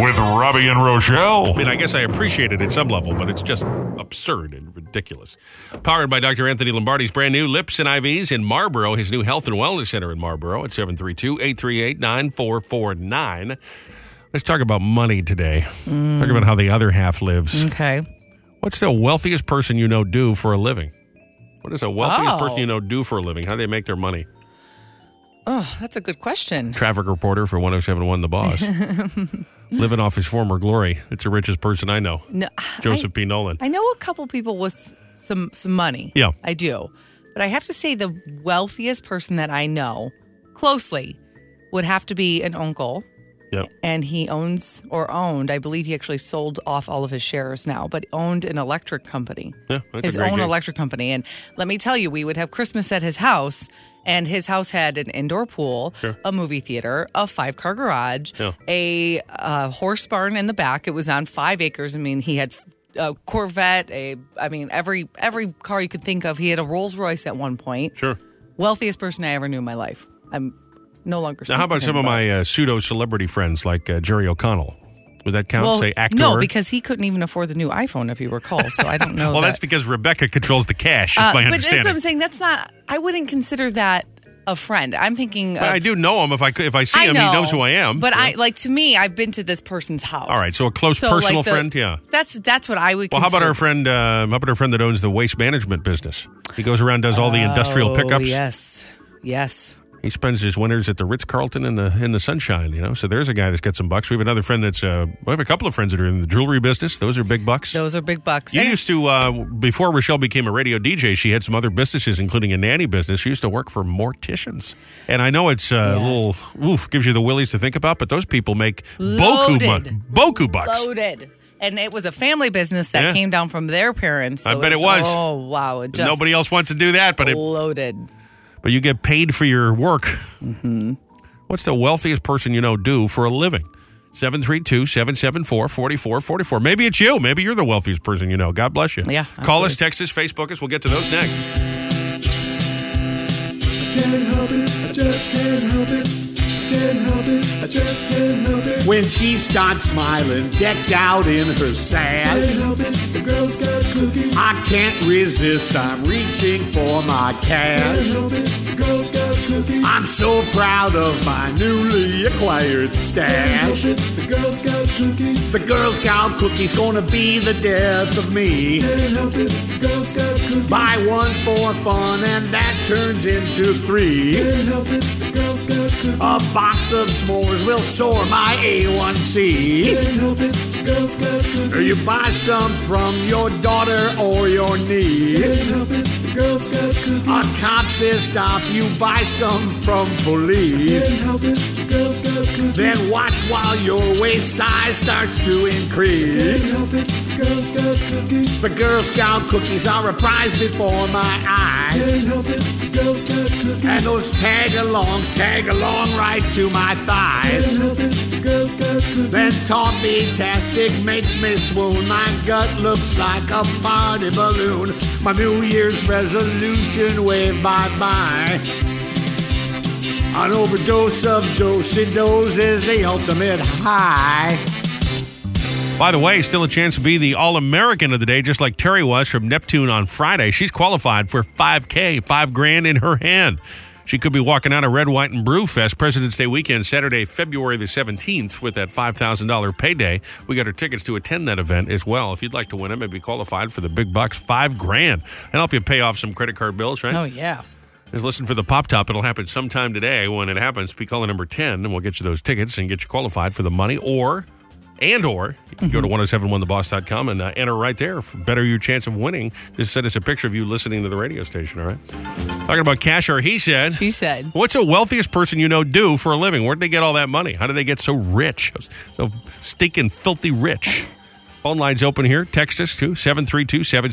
with Robbie and Rochelle. I mean, I guess I appreciate it at some level, but it's just absurd and ridiculous. Powered by Dr. Anthony Lombardi's brand new Lips and IVs in Marlboro, his new health and wellness center in Marlboro at 732 838 9449. Let's talk about money today. Talk about how the other half lives. Okay. What's the wealthiest person you know do for a living? What does a wealthiest Oh. person you know do for a living? How do they make their money? Oh, that's a good question. Traffic reporter for 1071 The *laughs* Boss. Living off his former glory. It's the richest person I know, no, Joseph P. Nolan. I know a couple people with s- some some money. Yeah. I do. But I have to say the wealthiest person that I know closely would have to be an uncle. Yep. And he owns or owned, I believe he actually sold off all of his shares now, but owned an electric company. Yeah, that's his a great own gig. electric company. And let me tell you, we would have Christmas at his house, and his house had an indoor pool, Sure. a movie theater, a five car garage, Yeah. a, uh horse barn in the back. It was on five acres. I mean, he had a Corvette, a I mean, every every car you could think of. He had a Rolls Royce at one point. Sure. Wealthiest person I ever knew in my life. I'm no longer. Now, how about some speaking of my uh, pseudo celebrity friends like uh, Jerry O'Connell? Would that count? well, Say actor. No, because he couldn't even afford the new iPhone, if you recall. So I don't know. *laughs* well, that. that's because Rebecca controls the cash. Is my Uh, but that's what understanding. I'm saying. That's not. I wouldn't consider that a friend. I'm thinking. But of, I do know him. If I could- if I see uh, I him, know, he knows who I am. But I like to me. I've been to this person's house. All right, so a close So, like, personal the- friend. Yeah. That's that's what I would. Well, how about consider- our friend? Uh, how about our friend that owns the waste management business? He goes around does all the industrial Oh, pickups. Yes. Yes. He spends his winters at the Ritz Carlton in the in the sunshine, you know. So there's a guy that's got some bucks. We have another friend that's uh, we have a couple of friends that are in the jewelry business. Those are big bucks. Those are big bucks. You And- used to uh, before Rochelle became a radio DJ. She had some other businesses, including a nanny business. She used to work for morticians, and I know it's uh, a little oof gives you the willies to think about. But those people make boku Loaded. bu- boku bucks. loaded. And it was a family business that Yeah. came down from their parents. I so bet it it's- was. Oh wow! It just Nobody else wants to do that, but it, loaded. but you get paid for your work. Mm-hmm. What's the wealthiest person you know do for a living? 732 774 4444. Maybe it's you. Maybe you're the wealthiest person you know. God bless you. Yeah, Call us, text us, Facebook us. We'll get to those next. Can't help it, I just can't help it. can't help it. I just can't help it. When she starts smiling, decked out in her sash. Can't help it. The girls got cookies. I can't resist. I'm reaching for my cash. Can't help it. The girls got cookies. I'm so proud of my newly acquired stash. Can't help The girls got cookies. The Girl Scout cookie's gonna be the death of me. Can't help it. The girls got cookies. Buy one for fun, and that turns into three. Can't help it. The girls got cookies. A box of s'mores will soar my A1C. Can't help it. The girls got Or cookies. you buy some from your daughter or your niece. Can't help it. The girls got cookies. A cop says stop, you buy some from Can't police. help it. The girls got cookies. Then watch while your waist size starts to Can't increase. help it. The girls got cookies. The Girl Scout cookies are a prize before my Can't eyes. help it. The girls got cookies. And those tag-alongs tag along right to my Can't thighs. help it. The girls got cookies. This toffee-tastic makes me swoon. My gut looks like a party balloon. My New Year's resolution wave bye-bye. An overdose of dosey-dos is the ultimate high. By the way, still a chance to be the All American of the day, just like Terry was from Neptune on Friday. She's qualified for 5K, five grand in her hand. She could be walking out of Red, White, and Brew Fest President's Day weekend, Saturday, February the 17th, with that $5,000 payday. We got her tickets to attend that event as well. If you'd like to win them and be qualified for the big bucks, five grand, and help you pay off some credit card bills, right? Oh, yeah. Just listen for the pop top. It'll happen sometime today. When it happens, be calling number 10, and we'll get you those tickets and get you qualified for the money or, and or, you can go to 1071theboss.com and uh, enter right there for better your chance of winning. Just send us a picture of you listening to the radio station, all right? Talking about cash or he said. She said. What's a wealthiest person you know do for a living? Where'd they get all that money? How did they get so rich? So stinking filthy rich. Phone lines open here. Text us to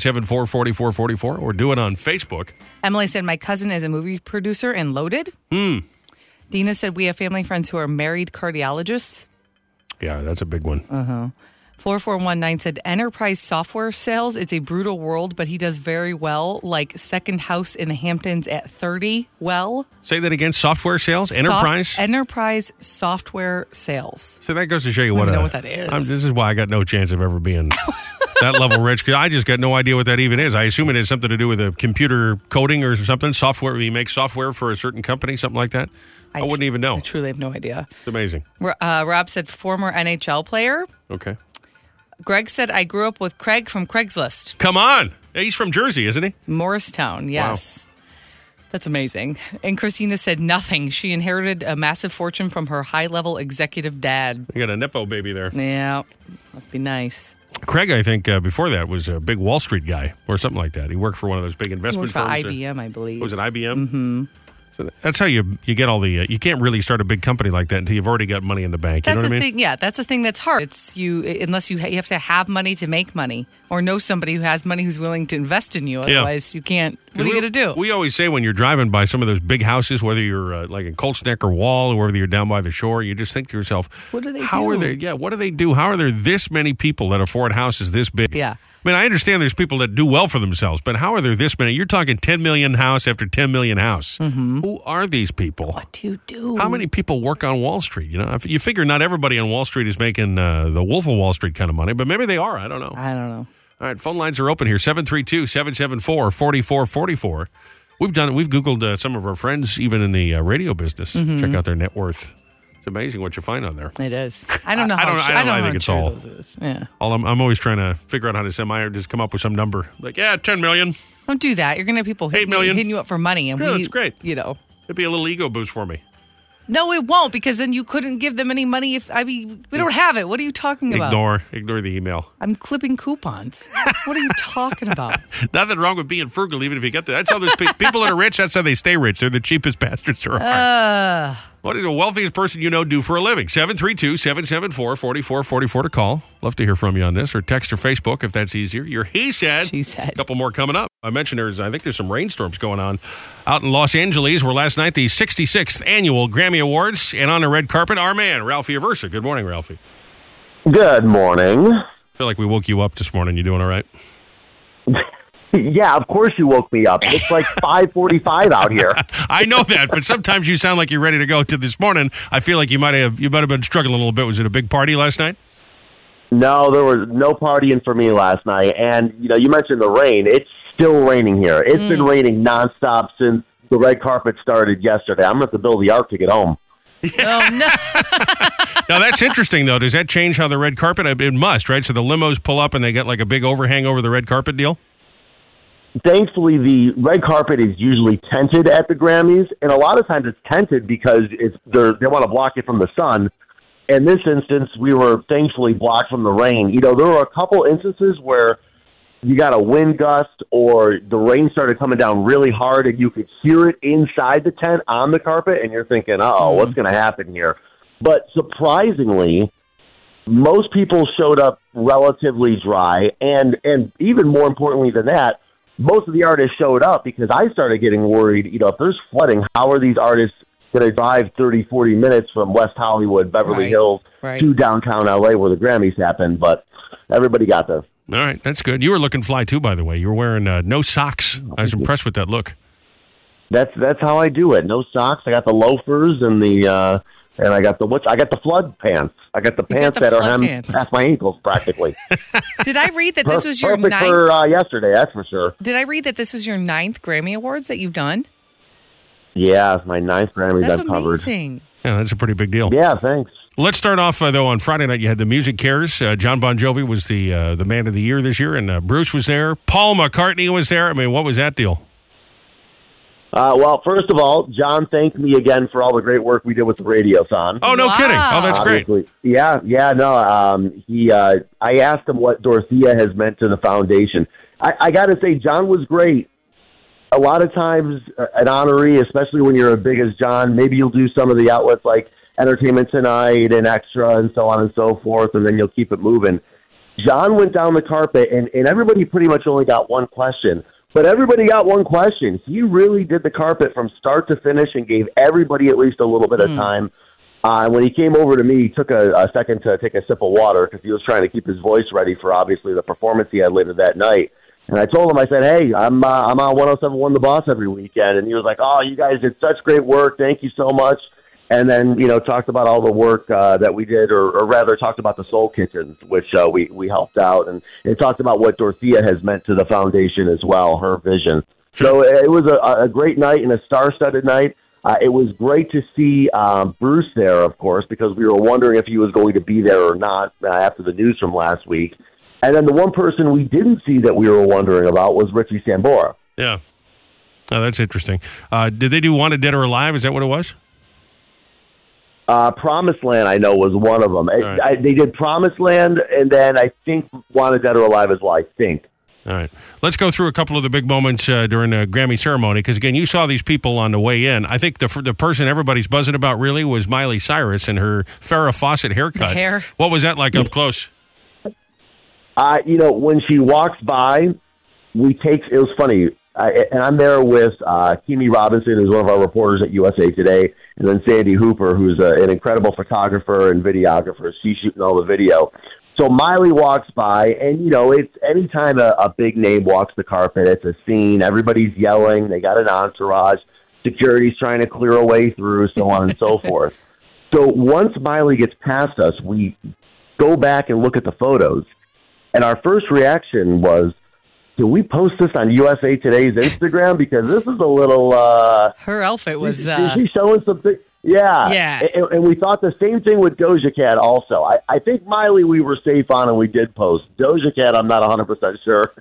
732-774-4444 or do it on Facebook. Emily said, My cousin is a movie producer and loaded. Hmm. Dina said, We have family friends who are married cardiologists. Yeah, that's a big one. Uh huh. 4419 said, Enterprise software sales. It's a brutal world, but he does very well, like second house in the Hamptons at 30. Well, Say that again. Software sales, enterprise. Soft- enterprise software sales. so that goes to show you what I don't a- know what that is. I'm- this is why I got no chance of ever being *laughs* that level rich because I just got no idea what that even is. I assume it has something to do with a computer coding or something. Software. You make software for a certain company, something like that. I, wouldn't even know. I truly have no idea. It's amazing. Ro- Uh, Rob said, Former NHL player. Okay. Greg said, I grew up with Craig from Craigslist. Come on. Hey, He's from Jersey, isn't he? Morristown, yes. That's amazing. And Christina said nothing. She inherited a massive fortune from her high level executive dad. You got a nepo baby there. Yeah, must be nice. Craig, I think uh, before that was a big Wall Street guy or something like that. He worked for one of those big investment Worked for firms. uh, IBM, Oh, I believe. Was it IBM? Mm-hmm. So that's how you you get all the. Uh, you can't really start a big company like that until you've already got money in the bank. You That's know a what I mean? thing. Yeah, that's a thing that's hard. It's you unless you ha- you have to have money to make money or know somebody who has money who's willing to invest in you. Yeah. Otherwise, you can't. What are you we- gonna do? We always say when you're driving by some of those big houses, whether you're uh, like in Colts Neck or Wall, or whether you're down by the shore, you just think to yourself, What do they "How do? are they? Yeah, what do they do? How are there this many people that afford houses this big?" Yeah. I mean, I understand there's people that do well for themselves, but how are there this many? You're talking 10 million house after 10 million house. Who are these people? What Mm-hmm. do you do? How many people work on Wall Street? You know, if- you figure not everybody on Wall Street is making uh, the Wolf of Wall Street kind of money, but maybe they are. I don't know. I don't know. All right, phone lines are open here 732 774 4444. We've done it. We've Googled uh, some of our friends, even in the uh, radio business. Mhm. Check out their net worth. It's amazing what you find on there. It is. I don't know. I How don't- tr- I don't- I how think it's true all- those is. Yeah. All I'm, I'm always trying to figure out how to semi or just come up with some number. Like, yeah, 10 million. Don't do that. You're gonna have people hitting, you- million. hitting you up for money, and Yeah, we that's great. You know, It'd be a little ego boost for me. No, it won't because then you couldn't give them any money if I mean we don't have it. What are you talking about? Ignore, ignore the email. I'm clipping coupons. what are you talking *laughs* about? Nothing wrong with being frugal, even if you get that. That's how those pe- people that are rich. That's how they stay rich. They're the cheapest *laughs* bastards there are. Uh, What does the wealthiest person you know do for a living? 732 774 4444 to call. Love to hear from you on this or text or Facebook if that's easier. Your he said. She said. A couple more coming up. I mentioned there's, I think there's some rainstorms going on out in Los Angeles where last night the 66th annual Grammy Awards and on the red carpet, our man, Ralphie Aversa. Good morning, Ralphie. Good morning. feel like we woke you up this morning. You doing all *laughs* right? *laughs* Yeah, of course you woke me up. It's like 5:45 out here. I know that, but sometimes you sound like you're ready to go. To this morning, I feel like you might have you might have been struggling a little bit. Was it a big party last night? No, there was no partying for me last night. And, you know, you mentioned the rain. It's still raining here. It's been Mm. raining nonstop since the red carpet started yesterday. I'm going to have to build the ark to get home. Now that's interesting though. Does that change how the red carpet? It must, right? So the limos pull up and they get like a big overhang over the red carpet deal. Thankfully, the red carpet is usually tented at the Grammys, and a lot of times it's tented because it's they're, they want to block it from the sun. In this instance, we were thankfully blocked from the rain. You know, there were a couple instances where you got a wind gust or the rain started coming down really hard and you could hear it inside the tent on the carpet and you're thinking, Hmm. oh, what's going to happen here? But surprisingly, most people showed up relatively dry and and even more importantly than that, most of the artists showed up because I started getting worried, you know, if there's flooding, how are these artists going to drive 30, 40 minutes from West Hollywood, Beverly Right, Hills right. to downtown LA where the Grammys happened, but everybody got there. All right, that's good. You were looking fly too, by the way. You were wearing uh, no socks. I was impressed with that look. That's that's how I do it. No socks. I got the loafers and the uh and I got the what's I got the flood pants. I got the pants the that are flood hemmed pants. past my ankles practically. Did I read that *laughs* this was your perfect ninth? for uh, yesterday, that's for sure. Did I read that this was your ninth Grammy Awards that you've done? Yeah, it's my ninth Grammys That's I've covered. amazing. Yeah, that's a pretty big deal. Yeah, thanks. Let's start off uh, though on Friday night. You had the music cares. Uh, John Bon Jovi was the uh, the man of the year this year, and uh, Bruce was there. Paul McCartney was there. I mean, what was that deal? Uh, well, first of all, John thanked me again for all the great work we did with the radiothon. Oh, no Wow. kidding. Oh, that's great. Obviously. Yeah, yeah, no. Um, he, uh, I asked him what Dorothea has meant to the foundation. I, I got to say, John was great. A lot of times, uh, an honoree, especially when you're as big as John, maybe you'll do some of the outlets like Entertainment Tonight and Extra and so on and so forth, and then you'll keep it moving. John went down the carpet, and, and everybody pretty much only got one question. But everybody got one question. He really did the carpet from start to finish and gave everybody at least a little bit of time. Uh, when he came over to me, he took a, a second to take a sip of water because he was trying to keep his voice ready for obviously the performance he had later that night. And I told him, I said, "Hey, I'm uh, I'm on 107.1 The Boss every weekend," and he was like, "Oh, you guys did such great work. Thank you so much." And then you know talked about all the work uh, that we did, or, or rather talked about the Soul Kitchens, which uh, we we helped out, and it talked about what Dorothea has meant to the foundation as well, her vision. So uh, it was a, a great night and a star-studded night. Uh, it was great to see um, Bruce there, of course, because we were wondering if he was going to be there or not uh, after the news from last week. And then the one person we didn't see that we were wondering about was Richie Sambora. Yeah. Oh, that's interesting. Uh, did they do Wanted Dead or Alive? Is that what it was? Uh, Promised Land, I know, was one of them. I, Right. I, they did Promised Land, and then I think Wanted Dead or Alive is well, I think. All right. Let's go through a couple of the big moments uh, during the Grammy ceremony because, again, you saw these people on the way in. I think the, f- the person everybody's buzzing about really was Miley Cyrus and her Farrah Fawcett haircut. The hair. What was that like up close? Uh, you know, when she walks by, we take. It was funny, I, and I'm there with uh, Kimi Robinson, who's one of our reporters at USA Today, and then Sandy Hooper, who's a, an incredible photographer and videographer. She's shooting all the video. So Miley walks by, and you know, it's anytime a, a big name walks the carpet, it's a scene. Everybody's yelling. They got an entourage. Security's trying to clear a way through, so on and so forth. So once Miley gets past us, we go back and look at the photos. And our first reaction was, "Can we post this on USA Today's Instagram? Because this is a little uh, Her outfit was. is- Uh, is she showing something? Yeah, Yeah. And, and we thought the same thing with Doja Cat. Also, I, I think Miley we were safe on, and we did post Doja Cat. I'm not 100 percent sure.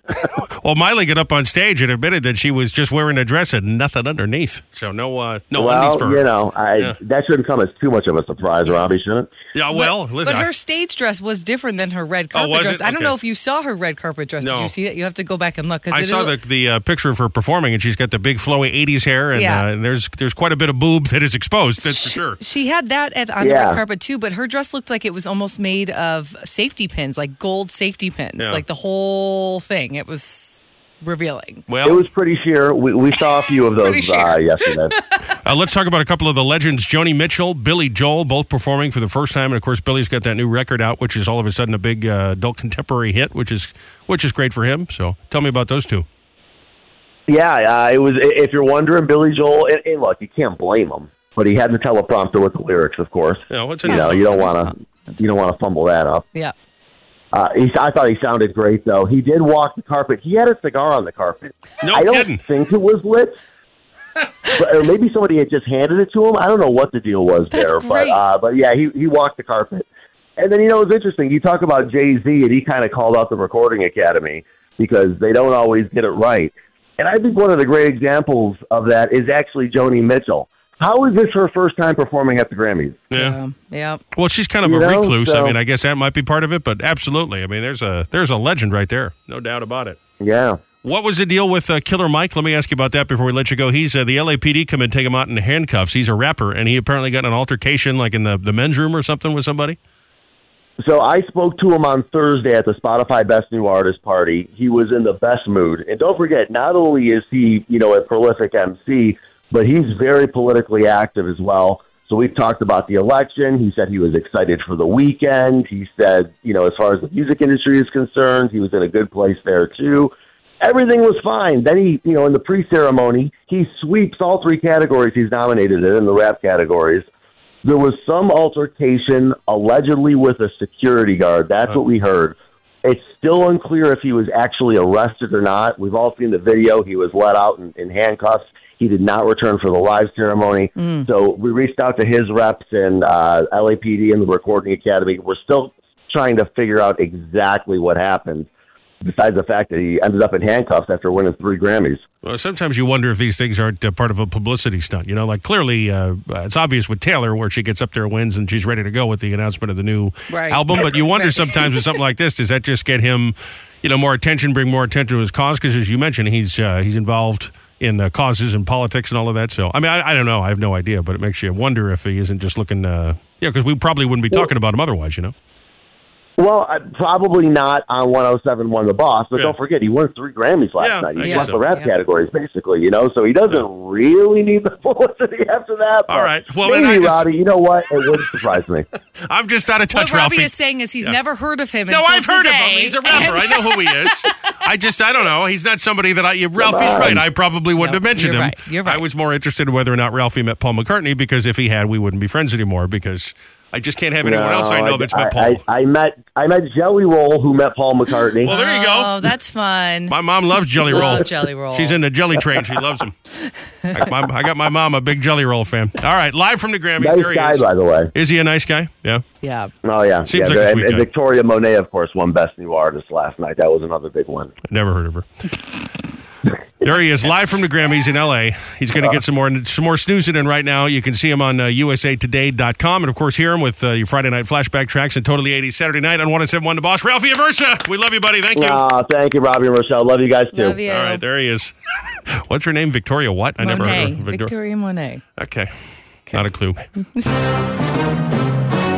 Well, Miley got up on stage and admitted that she was just wearing a dress and nothing underneath. So no, uh, no well, undies for her. you know, I, Yeah. that shouldn't come as too much of a surprise, Robbie, shouldn't it? Yeah, well, but Oh, listen, I- Oh, her stage dress was different than her red carpet was it? dress. I don't Okay. know if you saw her red carpet dress. No. Did you see that? You have to go back and look. 'cause I it saw is- the the uh, picture of her performing, and she's got the big flowy '80s hair, and, Yeah. uh, and there's there's quite a bit of boob that is exposed. That's for sure. She had that at, on the Yeah. red carpet too, but her dress looked like it was almost made of safety pins, like gold safety pins, Yeah. like the whole thing. It was revealing. it was pretty sheer. We, we saw a few of Pretty those uh, sheer. yesterday. Uh, let's talk about a couple of the legends: Joni Mitchell, Billy Joel, both performing for the first time, and of course, Billy's got that new record out, which is all of a sudden a big *laughs* uh, adult contemporary hit, which is which is great for him. So, tell me about those two. Yeah, uh, it was. i- If you're wondering, Billy Joel, and, and look, you can't blame him, but he had the teleprompter with the lyrics, of course. Yeah, what's you in know, it? you don't want to, you don't want to fumble that up. Yeah. Uh, he, I thought he sounded great, though. He did walk the carpet. He had a cigar on the carpet. No I don't think it was *laughs* lit. But- or maybe somebody had just handed it to him. I don't know what the deal was That's there, great. but uh, but yeah, he he walked the carpet. And then you know it's interesting. You talk about Jay Z, and he kind of called out the Recording Academy because they don't always get it right. And I think one of the great examples of that is actually Joni Mitchell. How is this her first time performing at the Grammys? Yeah. Yeah. Well, she's kind of You a know, recluse. I so- mean, I guess that might be part of it, but absolutely. I mean, there's a there's a legend right there, no doubt about it. Yeah. What was the deal with uh, Killer Mike? Let me ask you about that before we let you go. He's uh, the LAPD come and take him out in handcuffs. He's a rapper, and he apparently got in an altercation, like in the, the men's room or something, with somebody. So I spoke to him on Thursday at the Spotify Best New Artist party. He was in the best mood. And don't forget, not only is he, you know, a prolific MC, but he's very politically active as well. So we talked about the election. He said he was excited for the weekend. He said, you know, as far as the music industry is concerned, he was in a good place there too. Everything was fine. Then he, you know, in the pre-ceremony, he sweeps all three categories he's nominated in, in the rap categories. There was some altercation, allegedly with a security guard. That's what we heard. It's still unclear if he was actually arrested or not. We've all seen the video. He was let out in, in handcuffs. He did not return for the live ceremony. Mm. So we reached out to his reps and uh, LAPD and the Recording Academy. We're still trying to figure out exactly what happened, besides the fact that he ended up in handcuffs after winning three Grammys. Well, sometimes you wonder if these things aren't uh, part of a publicity stunt. You know, like clearly uh, uh, it's obvious with Taylor where she gets up there, wins, and she's ready to go with the announcement of the new Right. *laughs* album. But you wonder sometimes with something like this, does that just get him, you know, more attention, bring more attention to his cause? Because as you mentioned, he's uh, he's involved in uh, causes and politics and all of that. So I mean, I, I don't know, I have no idea, but it makes you wonder if he isn't just looking, uh, yeah, because we probably wouldn't be talking about him otherwise. You know, Well, I- probably not on 1071 The Boss, but don't forget, he won three Grammys last Yeah, night. I He guess left so, the rap categories, basically, you know, so he doesn't really need *laughs* the publicity after that. All right. Well, then maybe, I just- Rowdy, you know what? It wouldn't surprise me. I'm just out of touch, what Robbie *laughs* Ralphie. is saying is he's Yeah. never heard of him. No, until I've heard of him. today. He's a rapper. *laughs* I know who *laughs* he is. I just, I don't know. He's not somebody that I. Ralphie's right. I probably wouldn't have mentioned you're him. right. You're right. I was more interested in whether or not Ralphie met Paul McCartney because if he had, we wouldn't be friends anymore. Because I just can't *laughs* have anyone else I know that's met Paul. I, I met I met Jelly Roll, who met Paul McCartney. well, there you go. Oh, that's fun. My mom loves Jelly Roll. Love Jelly Roll. She's in the Jelly Train. She loves *laughs* him. I, my, I got my mom a big Jelly Roll fan. All right, live from the Grammys. nice there he guy, is. by the way. Is he a nice guy? Yeah. Yeah. Oh yeah, Seems yeah. like a and- sweet and guy. Victoria Monet, of course, won Best New Artist last night. That was another big one. Never heard of her. There he is, live from the Grammys in L.A. He's going to get some more some more snoozing in right now. You can see him on uh, USAToday.com, and of course hear him with uh, your Friday night flashback tracks and Totally 80s Saturday night on 1071 The Boss. Ralphie Aversa, we love you, buddy. Thank you. Ah, thank you, Robbie and Rochelle. Love you guys too. Love you. All right, there he is. *laughs* What's her name? *laughs* Victoria what? I never heard Monet. of her. Victor- Victoria Monet. Okay. Not a clue.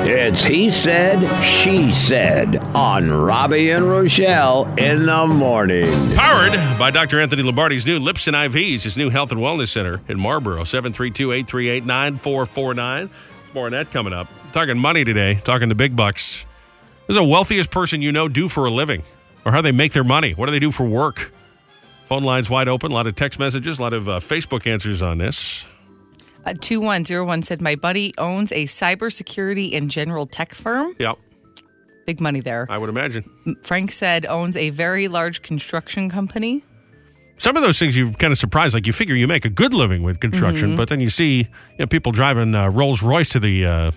It's He Said, She Said on Robbie and Rochelle in the morning. Powered by Dr. Anthony Lombardi's new Lips and IVs, his new health and wellness center in Marlboro, 732-838-9449. More on that coming up. Talking money today, talking to big bucks. This is the wealthiest person you know do for a living, or how they make their money. What do they do for work? Phone lines wide open, a lot of text messages, a lot of uh, Facebook answers on this. Uh, 2101 said, My buddy owns a cybersecurity and general tech firm. Yep, Big money there. I would imagine. Frank said, owns a very large construction company. some of those things you're kind of surprised. Like you figure you make a good living with construction, Mhm. but then you see you know, people driving uh, Rolls Royce to the, uh,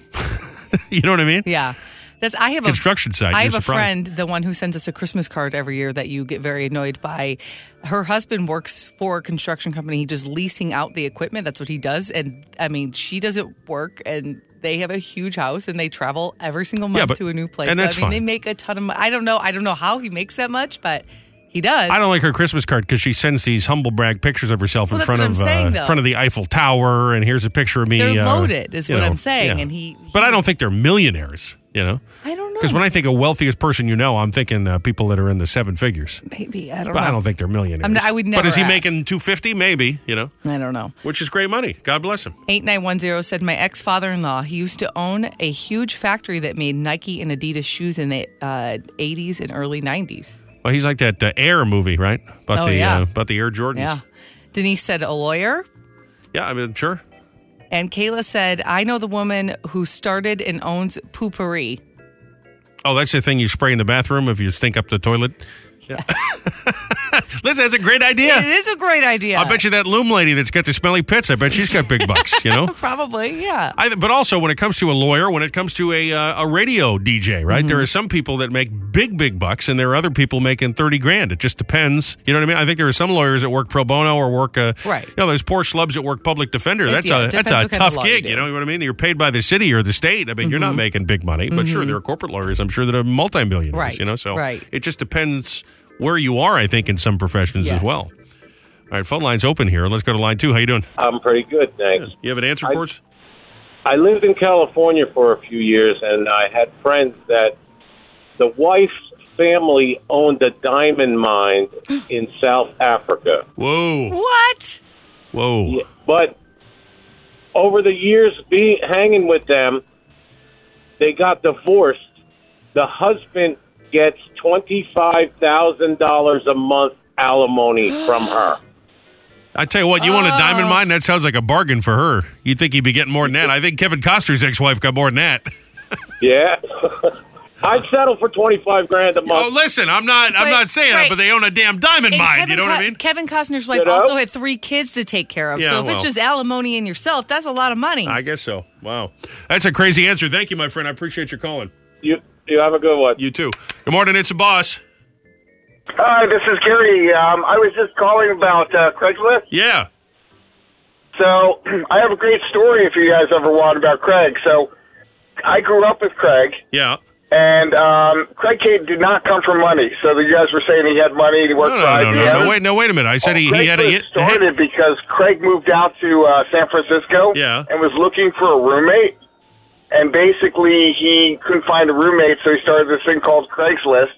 *laughs* you know what I mean? Yeah. That's I have a Construction site. I You're have a surprised. friend, the one who sends us a Christmas card every year that you get very annoyed by. Her husband works for a construction company, he just leasing out the equipment. That's what he does. And I mean, she doesn't work and they have a huge house and they travel every single month Yeah, but- to a new place. and So, that's I mean, they fine. make a ton of money. I don't know. I don't know how he makes that much, but he does. I don't like her Christmas card because she sends these humble brag pictures of herself Well, in that's front what I'm of saying, uh, though. front of the Eiffel Tower, and here's a picture of me. They're uh, loaded, is you what know, I'm saying. yeah. And he, but I don't think they're millionaires. You know, I don't know. because when I think of wealthiest person you know, I'm thinking uh, people that are in the seven figures. maybe I don't. but know. I don't think they're millionaires. I'm not- I would But never is he ask. making two fifty? Maybe. You know. I don't know. Which is great money. God bless him. 8910 said, My ex father in law, he used to own a huge factory that made Nike and Adidas shoes in the uh, 80s and early 90s. Well, he's like that uh, Air movie, right? About Oh, the yeah. uh, about the Air Jordans. Yeah. Denise said a lawyer. Yeah, I mean, sure. And Kayla said, I know the woman who started and owns Poopery. Oh, that's the thing you spray in the bathroom if you stink up the toilet. Yeah. *laughs* Listen, that's a great idea. It is a great idea. I bet you that loom lady that's got the smelly pits, I bet she's got big bucks, you know? Probably, yeah. I, but also, when it comes to a lawyer, when it comes to a uh, a radio DJ, right? Mm-hmm. There are some people that make big, big bucks, and there are other people making thirty grand. It just depends. You know what I mean? I think there are some lawyers that work pro bono or work uh, Right. You know, there's poor schlubs that work public defender. It- That's yeah, a it that's depends a what kind of tough law you gig. do. You, know what I mean? You're paid by the city or the state. I mean, you're not Mhm. making big money, but sure, Mhm. there are corporate lawyers. I'm sure that are multimillionaires. Right, You know, so right. it just depends where you are. I think in some professions as Yes. well. All right, phone lines open here. Let's go to line two. How you doing? I'm pretty good, thanks. You have an answer for us? I lived in California for a few years, and I had friends that the wife's family owned a diamond *gasps* mine in South Africa. Whoa! What? Whoa! But over the years, be hanging with them, they got divorced. The husband gets twenty five thousand dollars a month alimony *gasps* from her. *gasps* I tell you what, you want a Oh. diamond mine? That sounds like a bargain for her. You'd think he'd be getting more than that. I think Kevin Costner's ex-wife got more than that. *laughs* Yeah. *laughs* I'd settle for twenty five grand a month. Oh, listen, I'm not, I'm But- not saying right. that, but they own a damn diamond And mine. Kevin you know what I Co- mean? Kevin Costner's wife You know? also had three kids to take care of. Yeah, so if well. it's just alimony and yourself, that's a lot of money. I guess so. Wow, that's a crazy answer. Thank you, my friend. I appreciate your calling. You, you have a good one. You too. Good morning. It's a boss. Hi, this is Gary. Um, I was just calling about uh, Craigslist. Yeah. So *clears throat* I have a great story if you guys ever want about Craig. So I grew up with Craig, Yeah. and um, Craig Cade did not come for money. So you guys were saying he had money. He worked No, for no, no, IBM. no, no. Wait, no, wait a minute. I said Oh, he, he had a. Craigslist started because Craig moved out to uh, San Francisco Yeah. and was looking for a roommate. And basically, he couldn't find a roommate, so he started this thing called Craigslist.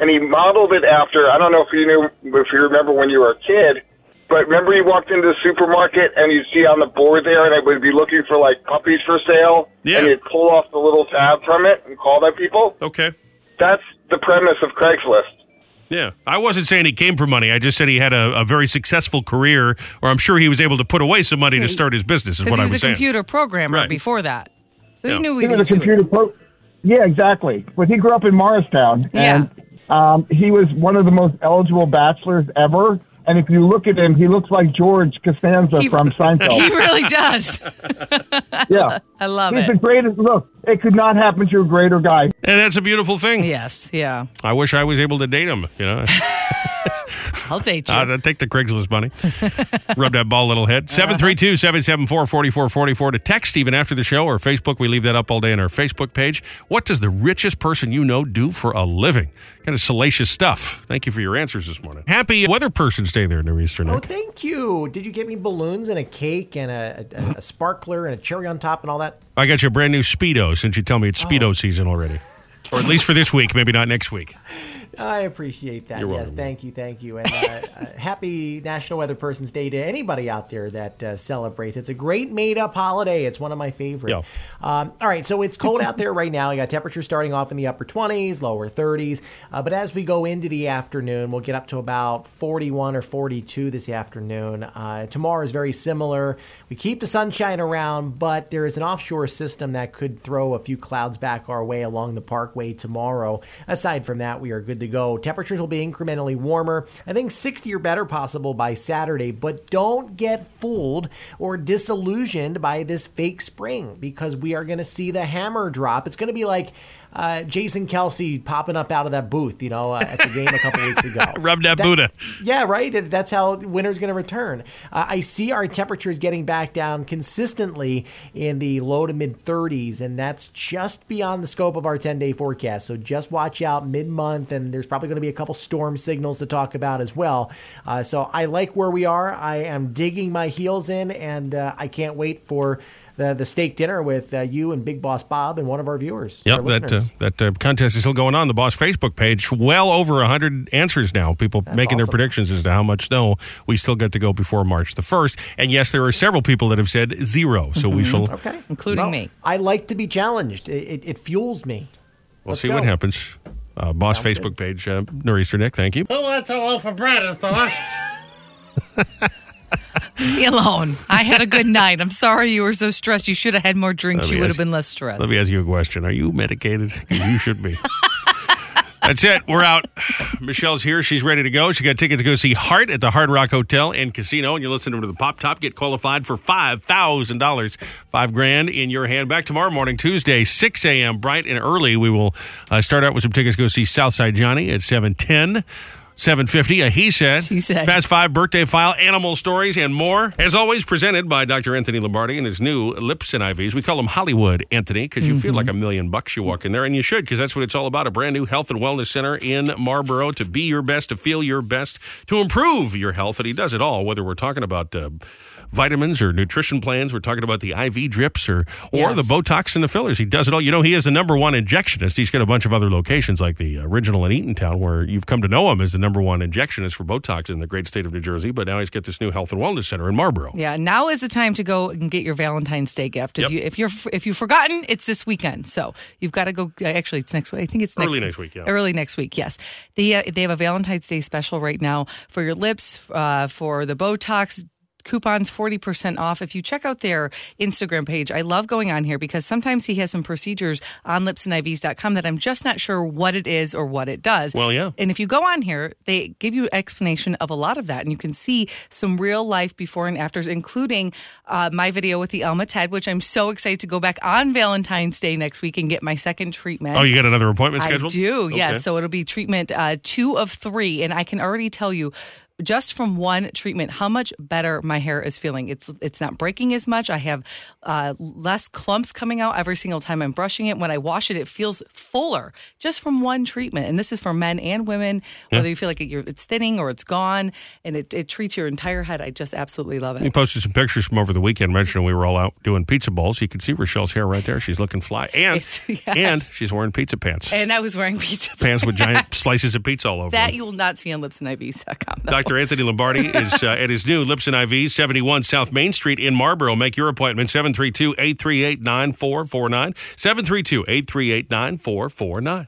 And he modeled it after I don't know if you knew if you remember when you were a kid, but remember you walked into the supermarket and you'd see on the board there, and it would be looking for like puppies for sale, Yeah. and you'd pull off the little tab from it and call that people. Okay. That's the premise of Craigslist. Yeah, I wasn't saying he came for money. I just said he had a, a very successful career, or I'm sure he was able to put away some money to start his business. Is Because what he I was was a saying. computer programmer Right. before that. So Yeah. he knew we He didn't was a do it. computer pro. Yeah, exactly. But he grew up in Morristown, and um, he was one of the most eligible bachelors ever. And if you look at him, he looks like George Costanza from Seinfeld. *laughs* He really *laughs* does. yeah, I *laughs* love he's it. the greatest. Look, it could not happen to a greater guy. And that's a beautiful thing. Yes, yeah. I wish I was able to date him. You *laughs* know. I'll date you. I'd, I'd take the Craigslist *laughs* money. Rub that ball, little Uh-huh. head. 732 774 4444 to text even after the show or Facebook. We leave that up all day on our Facebook page. What does the richest person you know do for a living? Kind of salacious stuff. Thank you for your answers this morning. Happy Weather Person's Day there, New Eastern. Oh, thank you. Did you get me balloons and a cake and a, a, a sparkler and a cherry on top and all that? I got you a brand new Speedo since you tell me Oh. it's Speedo season already. Or at least for this week, maybe not next week. I appreciate that. You're yes, welcome. thank you, thank you, and uh, *laughs* uh, happy National Weather Person's Day to anybody out there that uh, celebrates. It's a great made-up holiday. It's one of my favorite. Yeah. Um, all right, so it's cold out there right now. You got temperatures starting off in the upper 20s, lower 30s, uh, but as we go into the afternoon, we'll get up to about 41 or 42 this afternoon. Uh, tomorrow is very similar. We keep the sunshine around, but there is an offshore system that could throw a few clouds back our way along the parkway tomorrow. Aside from that, we are good to go. Temperatures will be incrementally warmer. I think 60 or better possible by Saturday, but don't get fooled or disillusioned by this fake spring because we are going to see the hammer drop. It's going to be like uh, Jason Kelsey popping up out of that booth, you know, uh, at the game a couple weeks *laughs* ago. Rub that Buddha. Yeah, right. That- That's how winter's going to return. Uh, I see our temperatures getting back down consistently in the low to mid 30s, and that's just beyond the scope of our 10 day forecast. So just watch out mid month, and there's probably going to be a couple storm signals to talk about as well. Uh, so I like where we are. I am digging my heels in, and uh, I can't wait for. The, the steak dinner with uh, you and Big Boss Bob and one of our viewers. Yep, our that uh, listeners. that uh, contest is still going on. The boss Facebook page, well over hundred answers now. People making their predictions as to how much snow we still got to go before March the first. And yes, there are several people that have said zero. So we Mhm. shall okay, including me. I like to be challenged. It, it, it fuels me. we'll Let's see go. what happens. Uh, boss Sounds Facebook page, uh, Nor'easter Nick. Thank you. Who wants a loaf of bread? It's delicious. Leave me *laughs* alone. I had a good night. I'm sorry you were so stressed. You should have had more drinks. Let You me would have ask- been less stressed. Let me ask you a question. Are you medicated? 'Cause You should be. *laughs* That's it. We're out. Michelle's here. She's ready to go. She got tickets to go see Heart at the Hard Rock Hotel and Casino. And you're listening to the Pop Top. Get qualified for five thousand dollars, five grand in your hand. Back tomorrow morning, Tuesday, six a.m. Bright and early. We will uh, start out with some tickets. to Go see Southside Johnny at seven ten. 750, a he said. He said. Fast Five birthday file, animal stories, and more. As always, presented by Dr. Anthony Lombardi and his new lips and IVs. We call them Hollywood, Anthony, because you feel like a million bucks you walk in there, and you should, because that's what it's all about. A brand new health and wellness center in Marlboro to be your best, to feel your best, to improve your health. And he does it all, whether we're talking about. Uh, Vitamins or nutrition plans. We're talking about the IV drips or or the Botox and the fillers. He does it all. You know, he is the number one injectionist. He's got a bunch of other locations like the uh, original in Eatontown, where you've come to know him as the number one injectionist for Botox in the great state of New Jersey. But now he's got this new health and wellness center in Marlboro. Yeah, now is the time to go and get your Valentine's Day gift. If Yep. you if you're if you've forgotten, it's this weekend. So you've got to go. uh, Actually, it's next week. I think it's next Early next week, yeah. early next week. Yes, the uh, they have a Valentine's Day special right now for your lips, uh, for the Botox. Coupons 40% off. If you check out their Instagram page, I love going on here because sometimes he has some procedures on lipsandivs.com that I'm just not sure what it is or what it does. Well, yeah. And if you go on here, they give you explanation of a lot of that, and you can see some real life before and afters, including uh, my video with the Elma Ted, which I'm so excited to go back on Valentine's Day next week and get my second treatment. Oh, you got another appointment scheduled? I do. Okay. Yes. So it'll be treatment uh, two of three, and I can already tell you. Just from one treatment, how much better my hair is feeling. It's it's not breaking as much. I have uh, less clumps coming out every single time I'm brushing it. When I wash it, it feels fuller just from one treatment. And this is for men and women. Yeah. Whether you feel like it, you're, it's thinning or it's gone, and it, it treats your entire head. I just absolutely love it. He posted some pictures from over the weekend mentioning we were all out doing pizza bowls. You can see Rochelle's hair right there. She's looking fly. And, *laughs* yes. and she's wearing pizza pants. And I was wearing pizza Pants with *laughs* giant *laughs* slices of pizza all over them. That you will not see on *laughs* lipsandivs.com. though. Dr. Anthony Lombardi is uh, at his new Lips and IV, 71 South Main Street in Marlboro. Make your appointment 732 838 9449. 732 838 9449.